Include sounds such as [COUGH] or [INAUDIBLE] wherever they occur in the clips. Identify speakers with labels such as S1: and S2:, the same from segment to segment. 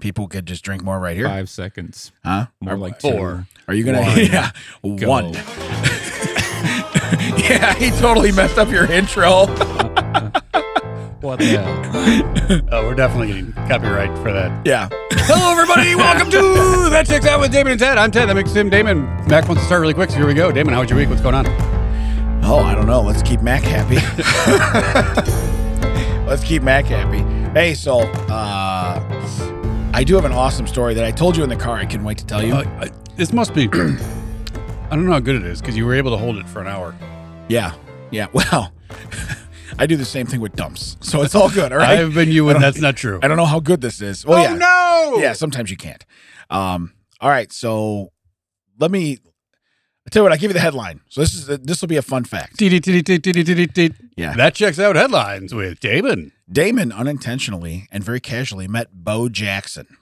S1: people could just drink more right here.
S2: Five seconds.
S1: Huh?
S2: More
S3: Uh, Or
S2: like
S3: four.
S1: Are you gonna?
S2: One.
S1: Yeah,
S2: Go.
S1: one. [LAUGHS] yeah, he totally messed up your intro. [LAUGHS]
S2: What the hell?
S3: Oh, we're definitely getting copyright for that.
S1: yeah. Hello, everybody. Welcome to. [LAUGHS]
S3: Ooh, that checks out with Damon and Ted. I'm Ted. That makes him Damon. Mac wants to start really quick, so here we go. Damon, how was your week? What's going on?
S1: Oh, I don't know. Let's keep Mac [LAUGHS] happy. Let's keep Mac happy. Hey, so uh, I do have an awesome story that I told you in the car. I couldn't wait to tell you.
S3: Uh, I- this must be. [CLEARS THROAT] I don't know how good it is because you were able to hold it for an hour.
S1: yeah, yeah. [LAUGHS] Well, I do the same thing with dumps, so it's all good. All right.
S3: I've been you,
S1: I
S3: and
S1: don't-
S3: that's not [LAUGHS] true.
S1: I don't know how good this is. Well, yeah.
S3: Oh, no!
S1: Yeah, sometimes you can't. Um, all right, so let me I tell you what. I give you the headline. So this is this will be a fun fact. Yeah.
S3: That checks out headlines with Damon.
S1: Damon unintentionally and very casually met Bo Jackson,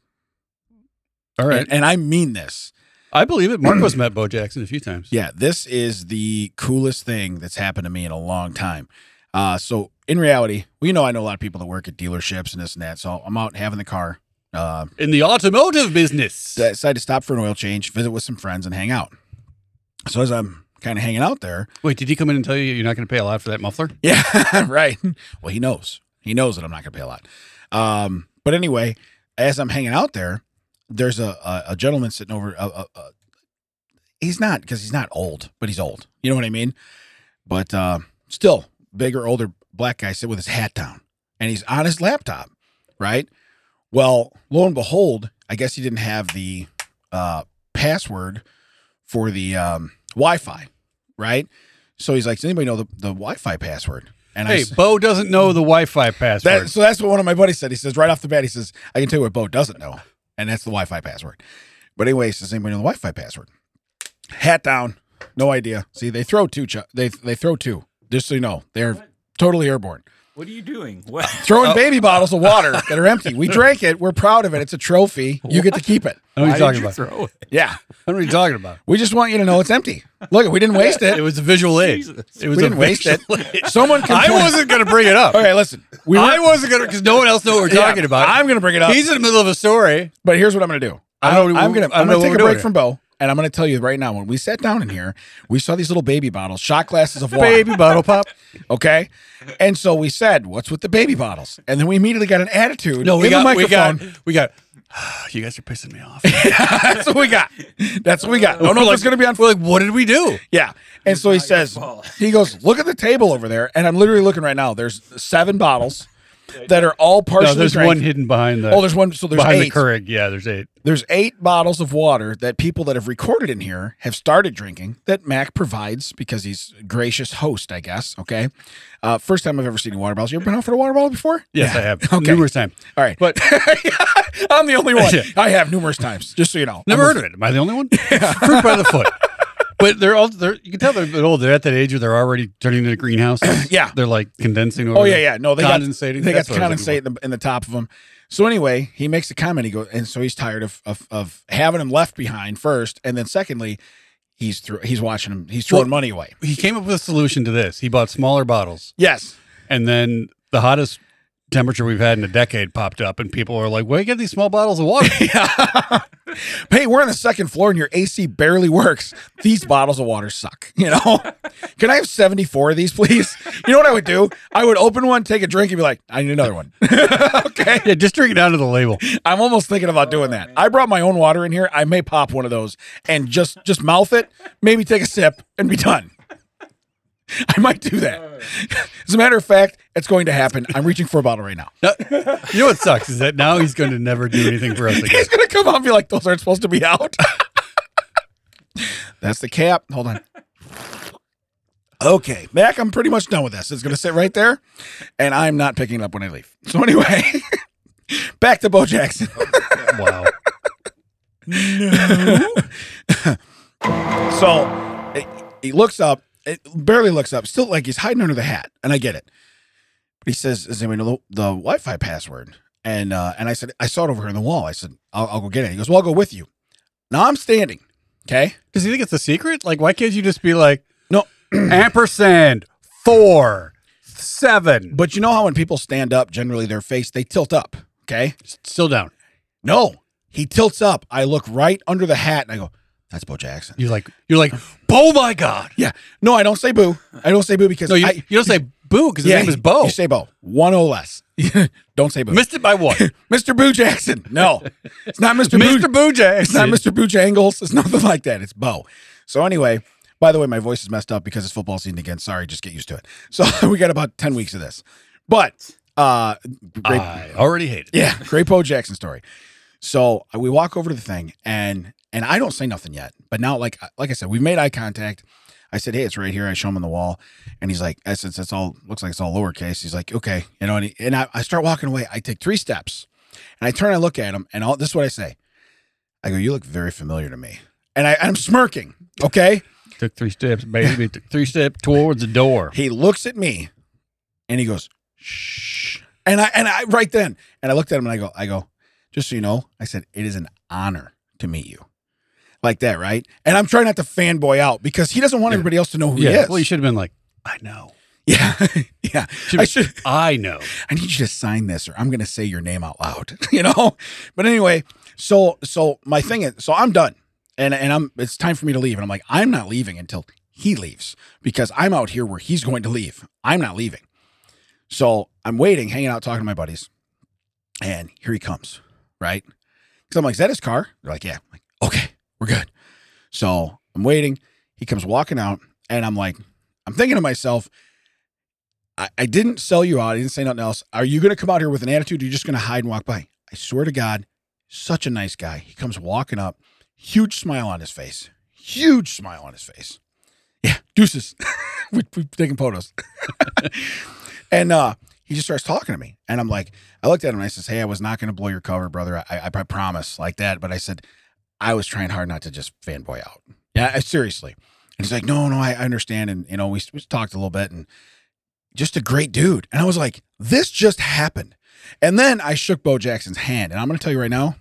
S3: All right.
S1: and, and I mean this.
S3: I believe it. Marcos [CLEARS THROAT] met Bo Jackson a few times.
S1: Yeah, this is the coolest thing that's happened to me in a long time. Uh, so in reality, we know I know a lot of people that work at dealerships and this and that. So I'm out having the car. Uh,
S3: In the automotive business.
S1: I decided to stop for an oil change, visit with some friends, and hang out. So as I'm kind of hanging out there, [LAUGHS]
S3: Wait, did he come in and tell you you're not going to pay a lot for that muffler?
S1: yeah, right. Well, he knows. He knows that I'm not going to pay a lot. Um, but anyway, as I'm hanging out there, there's a a, a gentleman sitting over. A, a, a, he's not because he's not old, but he's old. You know what I mean? But uh, still, bigger, older black guy sitting with his hat down, and he's on his laptop, right? Well, lo and behold, I guess he didn't have the uh, password for the um, Wi-Fi, right? So he's like, "Does anybody know the, the Wi-Fi password?" And
S3: Hey,
S1: s-
S3: Bo doesn't know the Wi Fi password.
S1: that, so that's what one of my buddies said. He says right off the bat, he says, I can tell you what Bo doesn't know, and that's the Wi-Fi password. But anyway, he says anybody know the Wi-Fi password? Hat down, no idea. See, they throw two. Ch- they they throw two. Just so you know, they're totally airborne.
S4: What are you doing?
S3: [LAUGHS]
S4: What?
S1: Throwing
S3: Oh.
S1: baby bottles of water that are empty. We drank it. We're proud of it. It's a trophy. You get to keep it.
S3: I don't know what
S4: Why
S3: you're
S4: did
S3: talking
S4: you
S3: about.
S4: throw it?
S1: Yeah,
S3: I don't know what you're talking about.
S1: we just want you to know it's empty. Look, we didn't waste
S3: It
S1: it.
S3: was a visual aid.
S4: Jesus.
S3: It was
S1: We
S3: a
S1: didn't waste it.
S3: visual aid.
S1: Someone.
S3: I
S1: complained-
S3: wasn't going to bring it [LAUGHS] up.
S1: Okay, listen. We
S3: I
S1: were-
S3: wasn't going to because no one else knows what we're
S1: Yeah,
S3: talking about.
S1: I'm gonna bring it up.
S3: He's in the middle of a story.
S1: But here's what I'm going to do.
S3: I
S1: I
S3: don't know-
S1: am going to
S3: I don't
S1: I'm
S3: know
S1: going to take
S3: what we're
S1: a break
S3: doing
S1: from Bo, and I'm going to tell you right now. When we sat down in here, we saw these little baby bottles, shot glasses
S3: [LAUGHS]
S1: of water.
S3: Baby bottle pop.
S1: Okay, and so we said, "What's with the baby bottles?" And then we immediately got an attitude.
S3: No, we
S1: in the
S3: got, we
S1: microphone. [LAUGHS]
S3: got, we got. [SIGHS] You guys are pissing me [LAUGHS] off.
S1: That's what we got. That's what we got. I don't know if it's going to be on.
S3: We're like, what did we do?
S1: Yeah, and so he
S4: not your
S1: says,
S4: fault.
S1: he goes, "Look at the table over there," and I'm literally looking right now. There's seven bottles that are all partially
S3: No, there's
S1: drank.
S3: one hidden behind the
S1: Oh, there's one. So there's
S3: behind
S1: eight.
S3: the Keurig. Yeah, there's eight.
S1: There's eight bottles of water that people that have recorded in here have started drinking that Mac provides because he's a gracious host, I guess. Okay. Uh, first time I've ever seen water bottles. You ever been offered a water bottle before?
S3: Yes, I have
S1: Okay.
S3: numerous times.
S1: All right.
S3: But-
S1: [LAUGHS] I'm the only one.
S3: [LAUGHS] Yeah.
S1: I have numerous times, just so you know.
S3: Never
S1: I'm a-
S3: heard of it. Am I the only one? [LAUGHS] Fruit by the foot. But they're all they're you can tell they're a bit old. They're at that age where they're already turning into [CLEARS THROAT] greenhouses.
S1: Yeah.
S3: They're like condensing over
S1: Oh yeah,
S3: the-
S1: yeah. No, they
S3: Condensating.
S1: Got, they got
S3: That's
S1: the
S3: what I was looking
S1: condensate in the, in the top of them. So anyway, he makes a comment. He goes, and so he's tired of of, of having him left behind first, and then secondly, he's through. He's watching him. He's throwing
S3: Well-
S1: money away.
S3: He came up with a solution to this. He bought smaller bottles
S1: Yes.
S3: and then the hottest temperature we've had in a decade popped up and people are like, Where you get these small bottles of water?
S1: [LAUGHS]
S3: [LAUGHS]
S1: hey, we're on the second floor and your AC barely works. These bottles of water suck. [LAUGHS] You know, can I have 74 of these, please? You know what I would do? I would open one, take a drink, and be like, I need another one. [LAUGHS] okay.
S3: yeah, just drink it down to the label.
S1: I'm almost thinking about doing that. I brought my own water in here. I may pop one of those and just just mouth it, maybe take a sip and be done. [LAUGHS] I might do that. As a matter of fact, it's going to happen. I'm reaching for a bottle right now.
S3: No- you know what sucks is that now he's gonna never do anything for us again.
S1: [LAUGHS] He's gonna come out and be like, "Those aren't supposed to be out." [LAUGHS] That's the cap. Hold on. Okay, Mac, I'm pretty much done with this. It's gonna sit right there, and I'm not picking it up when I leave. So anyway, [LAUGHS] back to Bo [LAUGHS] Jackson.
S3: wow.
S1: So eh, he looks up, it barely looks up, still like he's hiding under the hat, and I get it. But he says, "Does anybody know the, the Wi-Fi password?" And uh, and I said, "I saw it over here on the wall." I said, "I'll, I'll go get it." He goes, "Well, I'll go with you." Now I'm standing. Okay.
S3: Does he think it's a secret? Like, why can't you just be like,
S1: No.
S3: [CLEARS THROAT] ampersand four seven,
S1: But you know how when people stand up, generally their face they tilt up. Okay.
S3: still down?
S1: No, he tilts up. I look right under the hat and I go, that's Bo Jackson.
S3: You're like, you're like, oh my god.
S1: No, I don't say boo. I don't say boo because
S3: No, you,
S1: I,
S3: you don't say boo because his name is Bo.
S1: You say Bo. One O
S3: [LAUGHS]
S1: less. don't say boo.
S3: Missed it
S1: [LAUGHS]
S3: by one.
S1: Mr. Boo Jackson. No, it's not Mr. Boo.
S3: Mr. Boo
S1: It's not
S3: Jackson.
S1: Mr. Boo Jangles. It's nothing like that. It's Bo. So anyway, by the way, my voice is messed up because it's football season again. Sorry, just get used to it. So [LAUGHS] we got about ten weeks of this, but uh, great,
S3: I already hate it.
S1: yeah, great Bo Jackson story. So uh, we walk over to the thing, and and I don't say nothing yet. But now, like uh, like I said, we've made eye contact. I said, "Hey, it's right here." I show him on the wall, and he's like, "That's it's, it's all looks like it's all lowercase." He's like, "Okay," you know. And, he, and I, I start walking away. I take three steps, and I turn and look at him, and all this is what I say. I go, "You look very familiar to me," and I, I'm smirking. Okay,
S3: Took three steps, baby. Took three steps towards the door.
S1: [LAUGHS] He looks at me and he goes, shh. And I and I right then. And I looked at him and I go, I go, just so you know, I said, it is an honor to meet you. Like that, right? And I'm trying not to fanboy out because he doesn't want
S3: Yeah.
S1: everybody else to know who he
S3: Yeah.
S1: is.
S3: Well, you should have been like, I know.
S1: [LAUGHS] yeah. [LAUGHS] yeah.
S3: Should
S1: I
S3: be-
S1: should
S3: [LAUGHS] I know.
S1: I need you to sign this or I'm going to say your name out loud, [LAUGHS] you know? But anyway, so, so my thing is, so I'm done and, and I'm, it's time for me to leave. And I'm like, I'm not leaving until he leaves because I'm out here where he's going to leave. I'm not leaving. So I'm waiting, hanging out, talking to my buddies. And here he comes, right? Cause I'm like, is that his car? They're like, yeah. I'm like, okay, we're good. So I'm waiting. He comes walking out and I'm like, I'm thinking to myself, I, I didn't sell you out. I didn't say nothing else. Are you going to come out here with an attitude? Or you're just going to hide and walk by. I swear to God, such a nice guy. He comes walking up, huge smile on his face, huge smile on his face. Yeah, deuces. [LAUGHS] we, we're taking photos. [LAUGHS] and uh, he just starts talking to me. And I'm like, I looked at him and I says, Hey, I was not going to blow your cover, brother. I, I, I promise, like that. But I said, I was trying hard not to just fanboy out. Yeah, I, seriously. And he's like, No, no, I, I understand. And, you know, we, we talked a little bit and just a great dude. And I was like, this just happened. And then I shook Bo Jackson's hand. And I'm gonna tell you right now,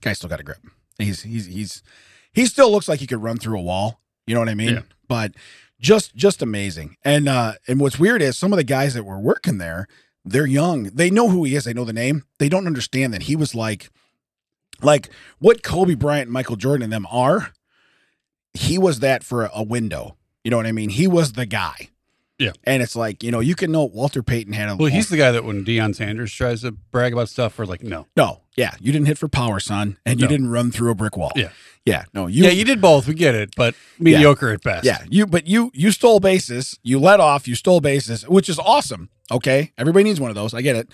S1: guy still got a grip. He's he's he's he still looks like he could run through a wall. You know what I mean?
S3: Yeah.
S1: But just just amazing. And uh and what's weird is some of the guys that were working there, they're young. They know who he is, they know the name. They don't understand that he was like like what Kobe Bryant and Michael Jordan and them are. He was that for a- a window. You know what I mean? He was the guy. And it's like, you know, you can know Walter Payton had a
S3: Well, he's the guy that when Deion Sanders tries to brag about stuff, we're like, no.
S1: no, yeah, you didn't hit for power, son, and you
S3: No.
S1: didn't run through a brick wall.
S3: Yeah.
S1: yeah, no, you,
S3: yeah, you did both. We get it, but mediocre at best.
S1: yeah, you, but you, you stole bases, you let off, you stole bases, which is awesome. Okay, everybody needs one of those. I get it.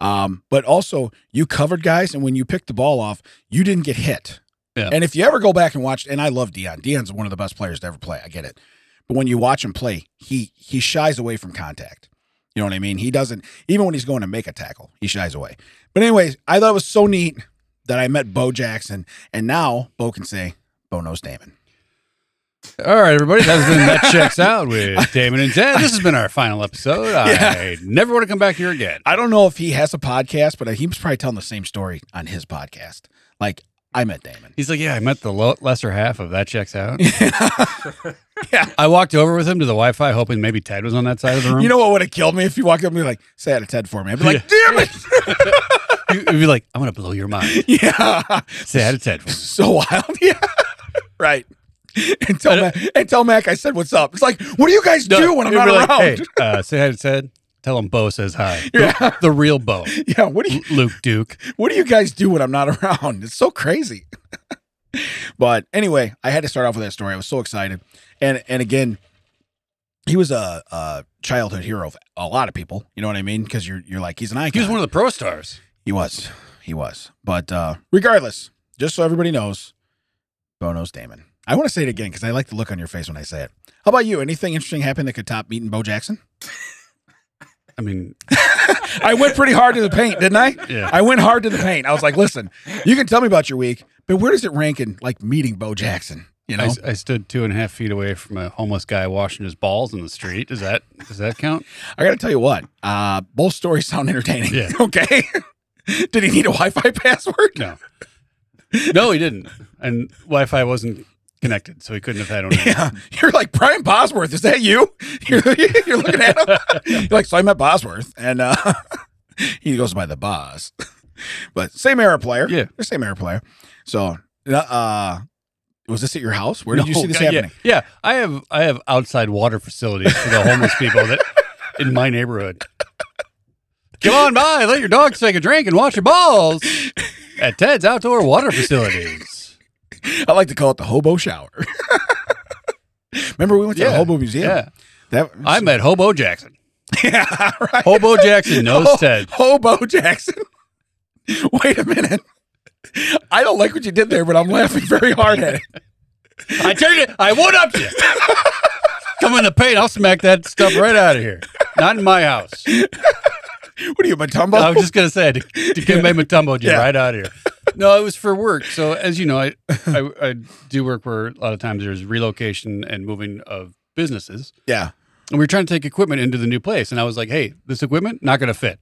S1: Um, but also you covered guys, and when you picked the ball off, you didn't get hit.
S3: Yeah.
S1: And if you ever go back and watch, and I love Dion. Dion's one of the best players to ever play. I get it. But when you watch him play, he he shies away from contact. You know what I mean? He doesn't even when he's going to make a tackle, he shies away. But anyways, I thought it was so neat that I met Bo Jackson, and now Bo can say Bo knows Damon.
S3: All right, everybody. That's been that
S1: [LAUGHS]
S3: checks out with Damon and Ted. This has been our final episode. I never want to come back here again.
S1: I don't know if he has a podcast, but he was probably telling the same story on his podcast. Like I met Damon.
S3: He's like, yeah, I met the lo- lesser half of that checks out.
S1: [LAUGHS] Yeah.
S3: I walked over with him to the Wi-Fi, hoping maybe Ted was on that side of the room.
S1: You know what would have killed me if you walked up and be like, say that to Ted for me. I'd be like, damn it.
S3: you'd be like, I'm gonna blow your mind.
S1: [LAUGHS] Yeah. [LAUGHS]
S3: Say hi to Ted. for me.
S1: So wild. [LAUGHS] Yeah. right. And tell, Mac, and tell Mac I said what's up. It's like, what do you guys do when I'm
S3: you'd
S1: not
S3: be
S1: around?
S3: like, Hey, uh, say hi to Ted. Tell him Bo
S1: [LAUGHS]
S3: says hi. The-
S1: Yeah.
S3: The, real Bo,
S1: [LAUGHS] Yeah, what do [LAUGHS] you
S3: Luke Duke.
S1: what do you guys do when I'm not [LAUGHS] around? It's so crazy. [LAUGHS] but anyway, I had to start off with that story. I was so excited. And and again, he was a, a childhood hero of a lot of people. You know what I mean? Because you're you're like he's an icon.
S3: He was one of the pro stars.
S1: He was. He was. But uh regardless, just so everybody knows, Bono's Damon. I want to say it again because I like the look on your face when I say it. How about you? Anything interesting happened that could top meeting Bo Jackson?
S3: I mean,
S1: I went pretty hard to the paint, didn't I?
S3: yeah.
S1: I went hard to the paint. I was like, listen, you can tell me about your week, but where does it rank in like meeting Bo Jackson? You know?
S3: I, I stood two and a half feet away from a homeless guy washing his balls in the street. Does that does that
S1: [LAUGHS]
S3: count?
S1: I gotta tell you what, uh both stories sound entertaining.
S3: Yeah.
S1: [LAUGHS] okay. Did he need a Wi-Fi password?
S3: No, no, he didn't. And Wi-Fi wasn't connected, so he couldn't have had one.
S1: Yeah, you're like Brian Bosworth. Is that you? [LAUGHS] You're, you're [LAUGHS] looking at him. You're like, so I met Bosworth, and uh, he goes by the Boz. [LAUGHS] but same era player.
S3: Yeah.
S1: They're same era player. So, uh, was this at your house? Where did you
S3: No,
S1: see this
S3: God, yeah,
S1: happening?
S3: Yeah, I have I have outside water facilities for the homeless people that in my neighborhood. Come on by, let your dogs take a drink and watch your balls at Ted's outdoor water facilities.
S1: I like to call it the hobo shower. [LAUGHS] Remember we went to the
S3: Yeah,
S1: hobo museum?
S3: Yeah,
S1: That
S3: I met Hobo Jackson.
S1: [LAUGHS] yeah, right.
S3: Hobo Jackson knows
S1: Ho-
S3: Ted.
S1: Hobo Jackson. [LAUGHS] Wait a minute. I don't like what you did there, but I'm laughing very hard at it.
S3: [LAUGHS] I tell you, I would up you. Come in the paint, I'll smack that stuff right out of here. Not in my house.
S1: What are you, Matumbo?
S3: I was just gonna say to, to get my Matumbo
S1: Yeah.
S3: right out of
S1: [LAUGHS]
S3: here. No, it was for work. So as you know, I, I I do work where a lot of times there's relocation and moving of businesses,
S1: yeah.
S3: and we were trying to take equipment into the new place, and I was like, hey, this equipment not gonna fit,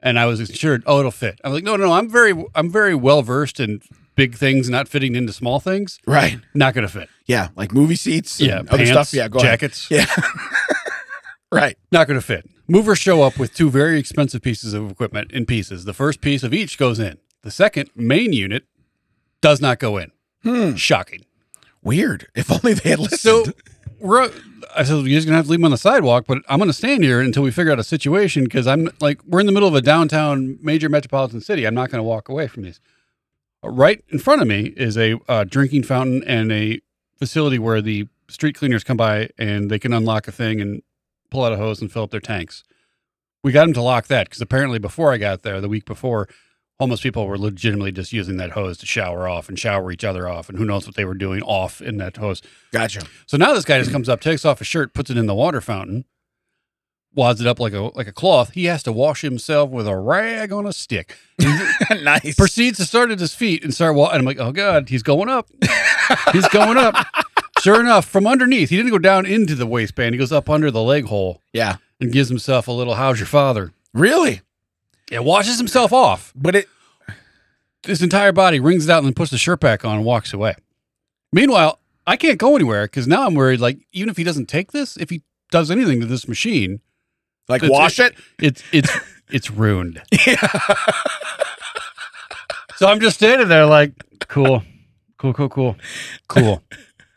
S3: and I was assured, oh, it'll fit. I was like, no, no, no, I'm very I'm very well versed in big things not fitting into small things.
S1: Right.
S3: Not gonna fit.
S1: Yeah. Like movie seats.
S3: Yeah,
S1: and Other
S3: pants,
S1: stuff. Yeah. Go ahead.
S3: jackets.
S1: Right.
S3: Not going to fit. Movers show up with two very expensive pieces of equipment in pieces. The first piece of each goes in. The second main unit does not go in.
S1: Hmm.
S3: Shocking.
S1: Weird. If only they had listened.
S3: So we're. I said you're just gonna have to leave them on the sidewalk, but I'm gonna stand here until we figure out a situation because I'm like we're in the middle of a downtown major metropolitan city. I'm not gonna walk away from these. Right in front of me is a uh, drinking fountain and a facility where the street cleaners come by and they can unlock a thing and pull out a hose and fill up their tanks. We got them to lock that because apparently before I got there, the week before, homeless people were legitimately just using that hose to shower off and shower each other off, and who knows what they were doing off in that hose. [LAUGHS]
S1: gotcha. [LAUGHS]
S3: So now this guy just comes up, takes off his shirt, puts it in the water fountain, wads it up like a like a cloth. He has to wash himself with a rag on a stick.
S1: nice.
S3: Proceeds to start at his feet and start walking. I'm like, oh god, he's going up. he's going up. Sure enough, from underneath, he didn't go down into the waistband. He goes up under the leg hole
S1: yeah.
S3: and gives himself a little "How's your father?"
S1: Really?
S3: Yeah, washes himself off.
S1: But it,
S3: His entire body wrings it out and then puts the shirt back on and walks away. Meanwhile, I can't go anywhere because now I'm worried. Like, even if he doesn't take this, if he does anything to this machine,
S1: like,
S3: It's-
S1: wash it.
S3: it's it's it's ruined. so I'm just standing there like, cool, cool, cool, cool, cool.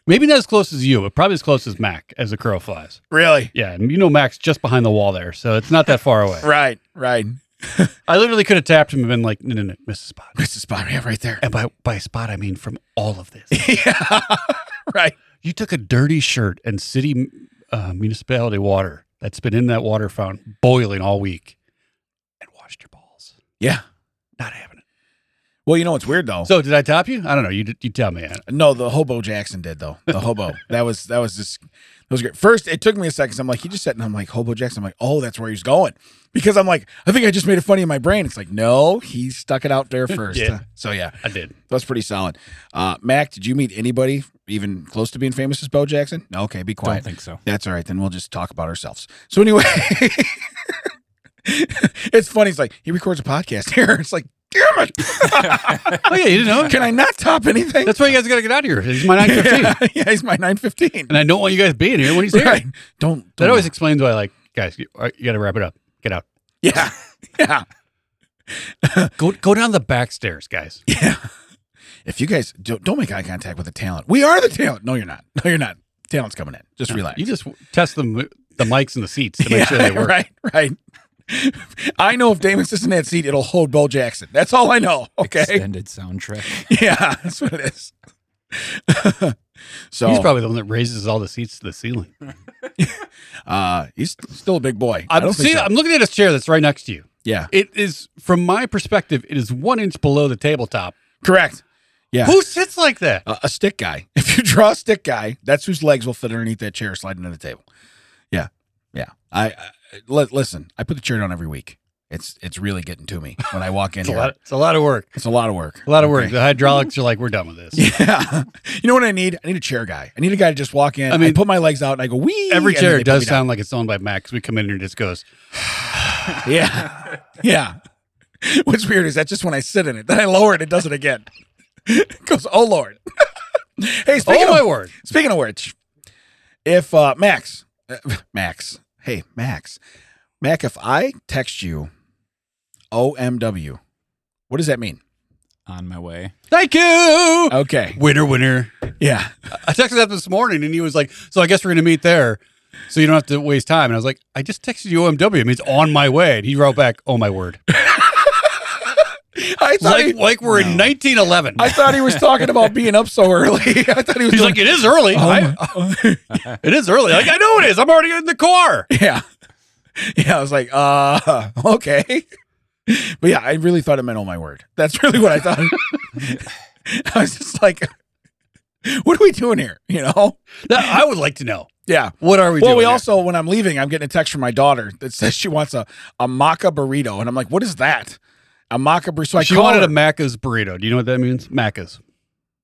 S3: Maybe not as close as you, but probably as close as Mac as the crow flies.
S1: Really?
S3: [LAUGHS] Yeah, and you know Mac's just behind the wall there, so it's not that far away.
S1: Right. Right.
S3: I literally could have tapped him and been like, no, no, no, miss a spot.
S1: It's the spot yeah, right there. [LAUGHS]
S3: And by by spot I mean from all of this.
S1: yeah. right.
S3: You took a dirty shirt and city uh, municipality water that's been in that water fountain boiling all week, and washed your balls.
S1: Yeah.
S3: Not having it.
S1: Well, you know what's weird though.
S3: So did I top you? I don't know. You d- you tell me.
S1: No, the hobo Jackson did though. The hobo. that was that was just that was great. First, it took me a second. 'cause I'm like, he just said, and I'm like, hobo Jackson. I'm like, oh, that's where he's going because I'm like, I think I just made it funny in my brain. It's like, no, he stuck it out there first.
S3: Yeah.
S1: So yeah,
S3: I did.
S1: that's pretty solid. Uh, Mac, did you meet anybody even close to being famous as Bo Jackson? No, Okay, be
S2: Don't
S1: quiet.
S2: think so.
S1: That's all right. Then we'll just talk about ourselves. So anyway, [LAUGHS] it's funny. It's like he records a podcast here. [LAUGHS] It's like, damn it,
S3: Oh yeah, you didn't know.
S1: can I not top anything?
S3: [LAUGHS] That's why you guys got to get out of here. He's my [LAUGHS] 915,
S1: yeah, [LAUGHS] yeah, he's my nine fifteen.
S3: and I don't want you guys being here when he's here.
S1: Right. Don't,
S3: That
S1: don't
S3: always explains why. Like, guys, you, all right, you got to wrap it up. Get out.
S1: Yeah. [LAUGHS] Yeah.
S3: Go go down the back stairs, guys.
S1: Yeah. If you guys don't, don't make eye contact with the talent. We are the talent. No, you're not. No, you're not. Talent's coming in. Just relax.
S3: You just test them the mics and the seats to make
S1: [LAUGHS]
S3: sure they work.
S1: Right, right. I know if Damon sits in that seat, it'll hold Bo Jackson. That's all I know. Okay.
S2: Extended soundtrack.
S1: [LAUGHS] Yeah, that's what it is. [LAUGHS] so
S3: He's probably the one that raises all the seats to the ceiling.
S1: uh, he's still a big boy. I
S3: I'm
S1: don't think
S3: see.
S1: so.
S3: I'm looking at his chair that's right next to you.
S1: yeah,
S3: It is, from my perspective, it is one inch below the tabletop.
S1: correct. Yeah.
S3: Who sits like that?
S1: a a stick guy. [LAUGHS] If you draw a stick guy, that's whose legs will fit underneath that chair sliding to the table. Yeah, yeah. I, I li- listen. I put the chair down every week. It's it's really getting to me when I
S3: [LAUGHS]
S1: walk in
S3: It's a
S1: here.
S3: lot. It's a lot of work.
S1: it's a lot of work.
S3: A lot of work.
S1: Okay.
S3: The hydraulics are like, we're done with this.
S1: Yeah. [LAUGHS] You know what I need? I need a chair guy. I need a guy to just walk in.
S3: I
S1: I
S3: mean-
S1: mean, put my legs out and I go wee.
S3: Every
S1: and then
S3: chair
S1: they put
S3: does
S1: me down.
S3: sound like it's owned by Mac 'cause we come in here and it just goes,
S1: Yeah, [LAUGHS] yeah. What's weird is that just when I sit in it, then I lower it, it does it again. [LAUGHS] It goes, oh lord. [LAUGHS] hey, speaking
S3: oh
S1: of
S3: my word.
S1: Speaking of which, if uh, Max, [LAUGHS] uh, Max, hey Max, Mac, if I text you OMW, What does that mean?
S2: On my way.
S3: Thank you.
S1: Okay.
S3: Winner, winner.
S1: Yeah.
S3: I texted that this morning and he was like, So I guess we're going to meet there. So you don't have to waste time. And I was like, I just texted you OMW. It means on my way. And he wrote back, Oh my
S1: [LAUGHS]
S3: word.
S1: I thought
S3: Like,
S1: he,
S3: like we're in
S2: No.
S3: 1911.
S1: I thought he was talking about being up so early. [LAUGHS] I thought he was
S3: He's like, It is early.
S1: Oh
S3: I- it is early. Like, I know it is. I'm already in the car.
S1: [LAUGHS] Yeah. Yeah, I was like, uh, [LAUGHS] okay. But yeah, I really thought it meant oh my word. That's really what I thought. [LAUGHS] I was just like, [LAUGHS] what are we doing here? You know?
S3: Now, I would like to know.
S1: Yeah.
S3: What are we
S1: well,
S3: doing?
S1: we
S3: here?
S1: also, when I'm leaving, I'm getting a text from my daughter that says she wants a, a maca burrito. And I'm like, what is that? A maca burrito. So I
S3: she
S1: call
S3: wanted
S1: her.
S3: a Macca's burrito. Do you know what that means? Macca's.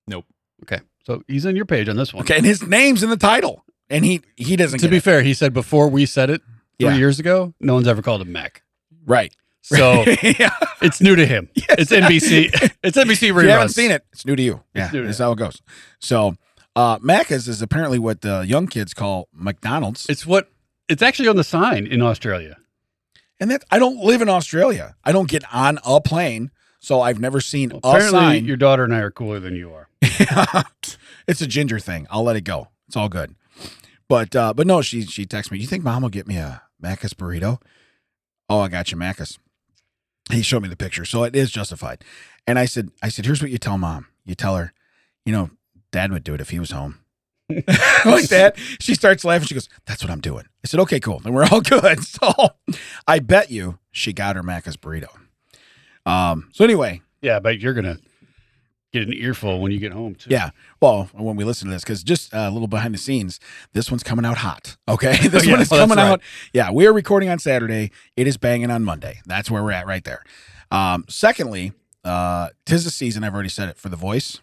S2: Nope.
S3: Okay. So he's on your page on this one.
S1: Okay, and his name's in the title. And he he doesn't
S3: To
S1: get
S3: be
S1: it.
S3: fair, he said before we said it three
S1: Yeah.
S3: years ago, no one's ever called him Mac.
S1: right.
S3: So
S1: [LAUGHS] yeah.
S3: [LAUGHS] it's new
S1: [LAUGHS]
S3: to him. It's NBC. It's NBC reruns.
S1: If you haven't seen it, it's new to you. Yeah,
S3: It's new to
S1: that's how it goes. So, uh, Macca's is apparently what the young kids call McDonald's,
S3: It's what. It's actually on the sign in Australia.
S1: and that I don't live in Australia. I don't get on a plane, so I've never seen a
S3: Apparently,
S1: sign.
S3: your daughter and I are cooler than you are.
S1: [LAUGHS] it's a ginger thing. I'll let it go. It's all good. But uh, but no, she she texts me. You think mom will get me a Macca's burrito? Oh, I got you, Macca's. He showed me the picture, so it is justified. And I said, I said, here's what you tell mom. You tell her, you know, dad would do it if he was home. [LAUGHS] like that. She starts laughing. She goes, That's what I'm doing. I said, Okay, cool. Then we're all [LAUGHS] good. So I bet you she got her Macca's burrito. Um, so anyway,
S3: Yeah, but you're gonna get an earful when you get home too.
S1: Yeah. Well, when we listen to this, because just uh, a little behind the scenes, this one's coming out hot. Okay. [LAUGHS] This
S3: yeah.
S1: one is
S3: Oh, that's
S1: coming
S3: right.
S1: out. Yeah. We are recording on Saturday. It is banging on Monday. That's where we're at right there. Um, secondly, uh, tis the season. I've already said it for the voice.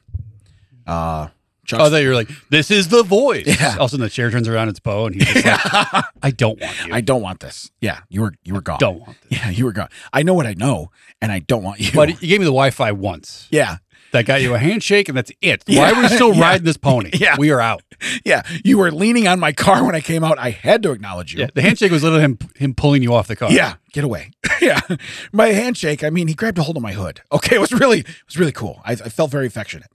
S1: Uh, Chuck's,
S3: Oh, that you're like, this is the voice.
S1: Yeah.
S3: Also, the chair turns around its bow, and he's just like,
S1: [LAUGHS]
S3: I don't want you.
S1: I don't want this. Yeah. You were, you were gone.
S3: don't want
S1: [LAUGHS]
S3: this.
S1: Yeah. You were gone. I know what I know, and I don't want you.
S3: But you gave me the Wi-Fi once.
S1: [LAUGHS] yeah.
S3: That got you a handshake, and that's it. Why
S1: Yeah.
S3: are we still
S1: [LAUGHS] Yeah.
S3: riding this pony?
S1: Yeah.
S3: we are out.
S1: Yeah. You were leaning on my car when I came out. I had to acknowledge you.
S3: Yeah, the handshake was literally him him pulling you off the car.
S1: Yeah, get away. [LAUGHS] yeah, my handshake. I mean, he grabbed a hold of my hood. [LAUGHS] Okay, it was really, it was really cool. I, I felt very affectionate.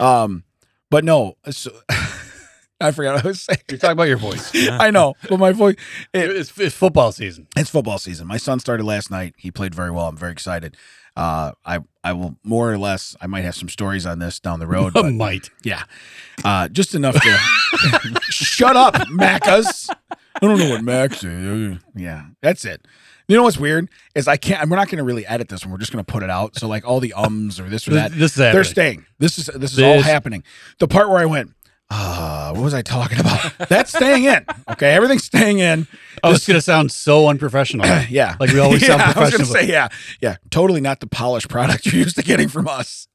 S1: Um, but no, so, [LAUGHS] I forgot what I was saying.
S3: you're talking about your
S1: [LAUGHS]
S3: voice.
S1: I know, but my voice. It,
S3: It's, it's football season.
S1: it's football season. My son started last night. He played very well. I'm very excited. Uh, I I will more or less. I might have some stories on this down the road.
S3: I
S1: but-
S3: might.
S1: yeah. Uh, just enough to [LAUGHS] shut up, Maccas. I don't know what Max is. Yeah, that's it. You know what's weird is I can't. We're not going to really edit this one. We're just going to put it out. So like all the ums or this or that,
S3: This, this is
S1: they're
S3: happening.
S1: staying. This is this is
S3: This-
S1: all happening. The part where I went, uh, what was I talking about? [LAUGHS] That's staying in. Okay, everything's staying in.
S3: I was going to sound
S1: [COUGHS]
S3: so unprofessional.
S1: [LAUGHS] Yeah.
S3: Like we always
S1: yeah,
S3: sound
S1: I was
S3: professional.
S1: gonna say, yeah, yeah, totally not the polished product you're used to getting from us.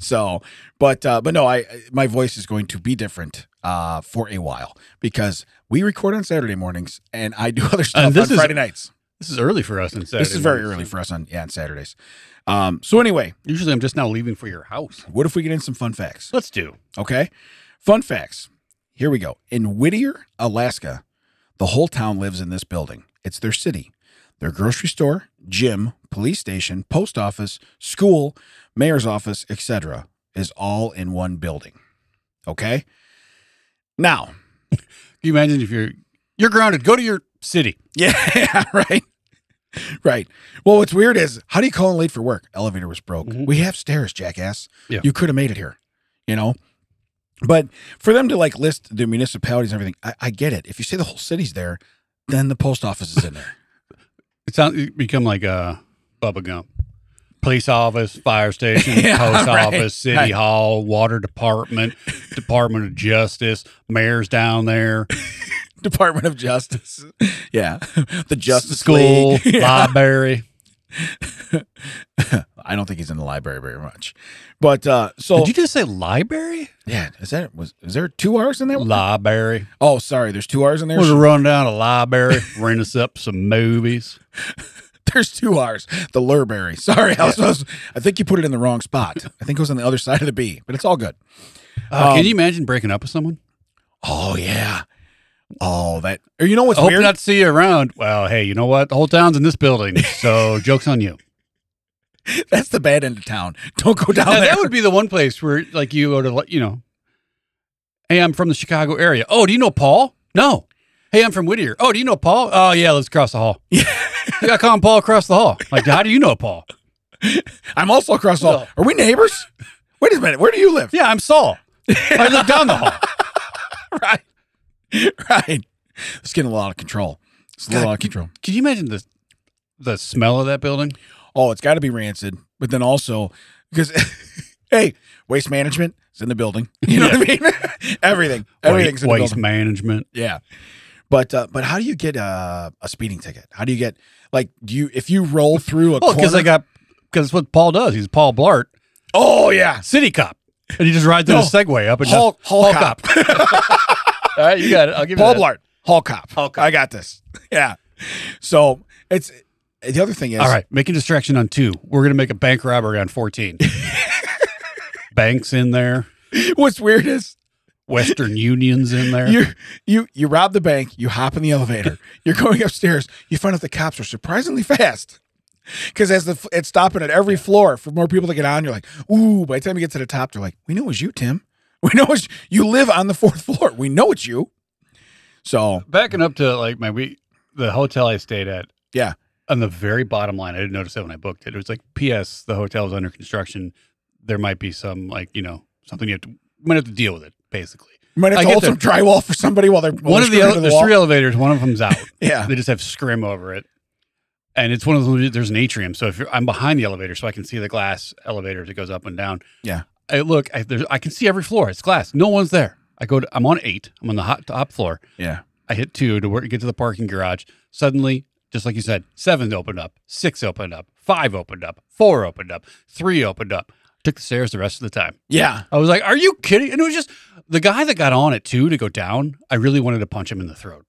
S1: So, but uh, but no, I my voice is going to be different uh, for a while because we record on Saturday mornings and I do [LAUGHS] other stuff
S3: this
S1: on
S3: is-
S1: Friday nights.
S3: this is early for us on Saturday.
S1: this is very
S3: mornings.
S1: early for us on yeah on Saturdays. Um, so anyway,
S3: Usually I'm just now leaving for your house.
S1: what if we get in some fun facts?
S3: Let's do.
S1: Okay, fun facts. Here we go. In Whittier, Alaska, the whole town lives in this building. It's their city. Their grocery store, gym, police station, post office, school, mayor's office, etc. is all in one building. Okay? Now,
S3: Can you imagine if you're you're grounded? Go to your city.
S1: yeah, [LAUGHS] right. Right. Well, what's weird is how do you call in late for work? Elevator was broke.
S3: Mhm.
S1: We have stairs, jackass.
S3: Yeah.
S1: You could have made it here, you know? But for them to like list the municipalities and everything, I, I get it. If you say the whole city's there, then the post office is in there.
S3: It sounds you become like a Bubba Gump. Police office, fire station,
S1: [LAUGHS] Yeah,
S3: post
S1: right,
S3: office, city
S1: right.
S3: hall,
S1: [LAUGHS]
S3: water department, department of justice, mayor's down there,
S1: Department of Justice. [LAUGHS] Yeah. The Justice
S3: school,
S1: League. [LAUGHS] Yeah.
S3: library.
S1: I don't think he's in the library very much. But uh so
S3: Did you just say library?
S1: yeah, is that was is there two R's in there?
S3: Library.
S1: oh, sorry, there's two R's in there.
S3: We're gonna run down a [LAUGHS] library, rent us up some movies.
S1: [LAUGHS] There's two R's. The Lurberry. Sorry, I, was, I, was- I think you put it in the wrong spot. I think it was on the other side of the B, but it's all good.
S3: Uh,
S1: Um,
S3: can you imagine breaking up with someone?
S1: Oh yeah. Oh, that. Or you know what's
S3: I hope
S1: weird?
S3: [LAUGHS] not to see you around. Well, hey, you know what? The whole town's in this building, so joke's on you.
S1: [LAUGHS] That's the bad end of town. Don't go down
S3: Now,
S1: there.
S3: that would be the one place where, like, you go to, like, you know, hey, I'm from the Chicago area. Oh, do you know Paul? No. Hey, I'm from Whittier. Oh, do you know Paul? Oh, yeah, let's cross the hall. [LAUGHS]
S1: Yeah.
S3: I call him Paul across the hall. Like, how do you know Paul?
S1: I'm also across all.
S3: No.
S1: Are we neighbors? Wait a minute. Where do you live?
S3: Yeah, I'm Saul. I live down the [LAUGHS] hall.
S1: right. [LAUGHS] Right. It's getting a little out of control. It's a little
S3: God,
S1: out of control.
S3: Can you imagine the the smell of that building?
S1: Oh, it's got to be rancid. But then also, because, [LAUGHS] hey, waste management is in the building. You know what I mean? [LAUGHS] Everything. Everything's
S3: Waste,
S1: in the building.
S3: waste management.
S1: Yeah. But uh, but how do you get uh, a speeding ticket? How do you get like do you if you roll
S3: [LAUGHS]
S1: through a
S3: Well, because
S1: corner?
S3: Oh, I got because what Paul does. He's Paul Blart,
S1: oh yeah,
S3: city cop, and he just rides in
S1: No.
S3: a Segway up and
S1: Hall, hall,
S3: Hall
S1: cop,
S3: [LAUGHS] down. All right, you got it. I'll give
S1: Paul
S3: you
S1: Blart,
S3: that.
S1: hall cop.
S3: Hall cop.
S1: I got this. [LAUGHS] Yeah. So it's the other thing is
S3: All right, making distraction on two. We're gonna make a bank robbery on fourteen. Banks in there,
S1: [LAUGHS] what's weird is
S3: Western Unions in
S1: [LAUGHS]
S3: there.
S1: you you you rob the bank, you hop in the elevator, you're going upstairs, you find out the cops are surprisingly fast. Because as the f- it's stopping at every floor for more people to get on, you're like, ooh. By the time you get to the top, they're like, we know it was you, Tim. We know it's you live on the fourth floor. We know it's you. So
S3: Backing up to like my we the hotel I stayed at.
S1: Yeah.
S3: On the very bottom line, I didn't notice that when I booked it. It was like, P.S. The hotel is under construction. There might be some like you know something you have to you might have to deal with it. Basically,
S1: you might have
S3: I
S1: to
S3: get
S1: hold some drywall for somebody while they're while
S3: one
S1: they're
S3: of the,
S1: screwing
S3: ele-
S1: to
S3: there's
S1: wall.
S3: three elevators. One of them's out. [LAUGHS]
S1: yeah
S3: They just have scrim over it, and it's one of those. There's an atrium, so if you're, I'm behind the elevator, so I can see the glass elevator that goes up and down.
S1: Yeah.
S3: I look. I, there's, I can see every floor. It's glass. No one's there. I go. To, I'm on eight. I'm on the hot top floor.
S1: yeah
S3: I hit two to work, get to the parking garage. Suddenly, just like you said, seven opened up, six opened up, five opened up, four opened up, three opened up. Took the stairs the rest of the time.
S1: yeah
S3: I was like, "Are you kidding?" And it was just the guy that got on at two to go down. I really wanted to punch him in the throat.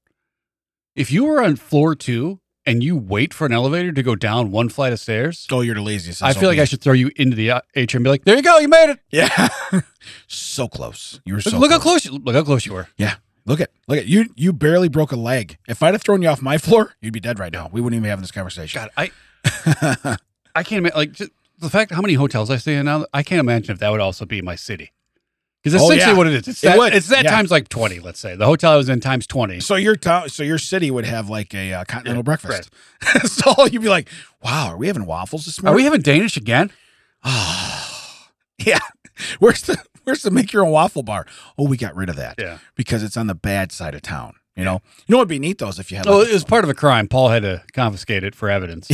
S3: If you were on floor two and you wait for an elevator to go down one flight of stairs,
S1: go you're the laziest
S3: I feel like I should throw you into the uh, atrium and be like, "There you go, you made it."
S1: [LAUGHS] yeah so close you were so
S3: look
S1: close.
S3: how close you look how close you were.
S1: Look at look at you you barely broke a leg. If I'd have thrown you off my floor, you'd be dead right now. We wouldn't even be having this conversation.
S3: God, I [LAUGHS] I can't imagine like just the fact how many hotels I stay in now. I can't imagine if that would also be my city because that's
S1: Oh,
S3: essentially
S1: yeah.
S3: what it is. It's
S1: It
S3: that,
S1: would,
S3: it's that
S1: yeah.
S3: times like twenty. Let's say the hotel I was in times twenty.
S1: so your town so your city would have like a uh, continental
S3: Yeah,
S1: breakfast. [LAUGHS] so you'd be like, "Wow, are we having waffles this
S3: Are we
S1: morning?" Ah,
S3: having Danish again?
S1: [LAUGHS] yeah. Where's the where's the make your own waffle bar? Oh, we got rid of that.
S3: Yeah.
S1: Because it's on the bad side of town, you know. You know what'd be neat though is if you had like,
S3: Oh,
S1: [LAUGHS]
S3: it was part of a crime. Paul had to confiscate it for evidence.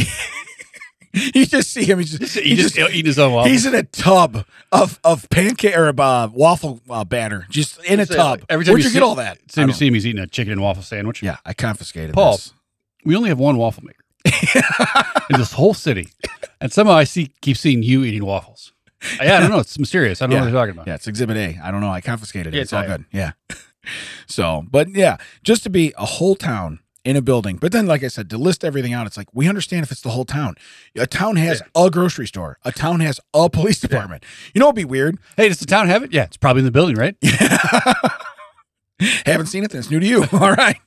S1: you just see him he's just,
S3: he just eat his own waffle.
S1: He's in a tub of of pancake or uh, waffle uh, batter, just in a
S3: Say,
S1: tub.
S3: every time
S1: Where'd
S3: you
S1: you
S3: see-
S1: get all that? I
S3: Same
S1: don't
S3: you see him, he's eating a chicken and waffle sandwich.
S1: Yeah, I confiscated
S3: Paul.
S1: this.
S3: We only have one waffle maker
S1: [LAUGHS]
S3: in this whole city, and somehow I see keep seeing you eating waffles. Yeah, I don't know. It's mysterious. I don't know what you're talking about.
S1: Yeah, it's Exhibit A. I don't know. I confiscated it.
S3: Yeah,
S1: It's all
S3: it's all
S1: good. Yeah. [LAUGHS] so, but yeah, just to be a whole town in a building. But then, like I said, to list everything out, it's like we understand if it's the whole town. A town has a grocery store. A town has a [LAUGHS] police department. You know, it'd be weird.
S3: Hey, does the town have it? Yeah, it's probably in the building, right?
S1: Haven't seen it. Then it's new to you. [LAUGHS] all right.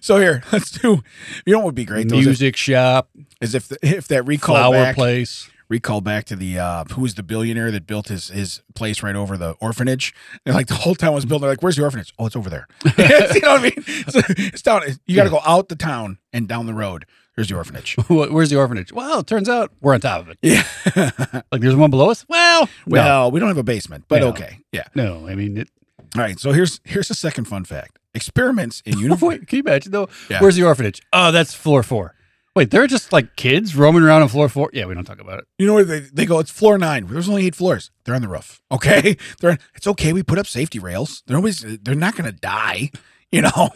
S1: So here, let's do. You know what would be great though is if,
S3: Music shop,
S1: is if, if that recall
S3: flower
S1: back,
S3: place. [LAUGHS]
S1: recall back to the uh who was the billionaire that built his his place right over the orphanage and like the whole town was built they're like where's the orphanage oh it's over there [LAUGHS] you know what i mean so it's down you got to go out the town and down the road there's the [LAUGHS] orphanage
S3: Wh- Where's the orphanage? Well, it turns out we're on top of it.
S1: yeah
S3: [LAUGHS] Like there's one below us. Well, well,
S1: well we don't have a basement but
S3: No.
S1: okay yeah
S3: no. I mean, it,
S1: all right so here's here's the second fun fact experiments [LAUGHS] in uniform
S3: wait, [LAUGHS] can you imagine though?
S1: Yeah.
S3: Where's the orphanage? Oh, that's floor four. Wait, they're just like kids roaming around on floor four. Yeah, we don't talk about it.
S1: you know where they, they go it's floor nine there's only eight floors they're on the roof [LAUGHS] okay they're on, it's okay we put up safety rails they're always they're not gonna die [LAUGHS] you know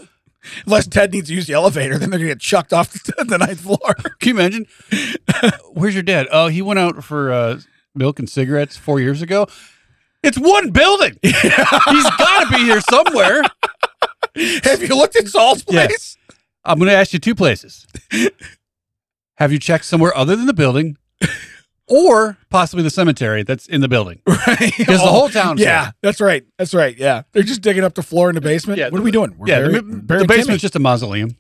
S1: Unless Ted needs to use the elevator, then they're gonna get chucked off [LAUGHS] the, the ninth
S3: [LAUGHS]
S1: floor.
S3: Can you
S1: [LAUGHS]
S3: imagine? Where's your dad? Oh, he went out for uh, milk and cigarettes four years ago. It's one
S1: [LAUGHS]
S3: building. He's got to be here somewhere.
S1: Have you looked at Saul's
S3: Yeah.
S1: place? [LAUGHS]
S3: I'm going to ask you two [LAUGHS] places. Have you checked somewhere other than the building, or possibly the cemetery that's in the building?
S1: Right.
S3: Because the whole town's
S1: Yeah,
S3: there.
S1: that's right. That's right. Yeah. They're just digging up the floor in the basement.
S3: Yeah,
S1: what are we doing? We're
S3: yeah,
S1: burying-
S3: the,
S1: burying
S3: [LAUGHS] the basement's
S1: Timmy.
S3: just a mausoleum.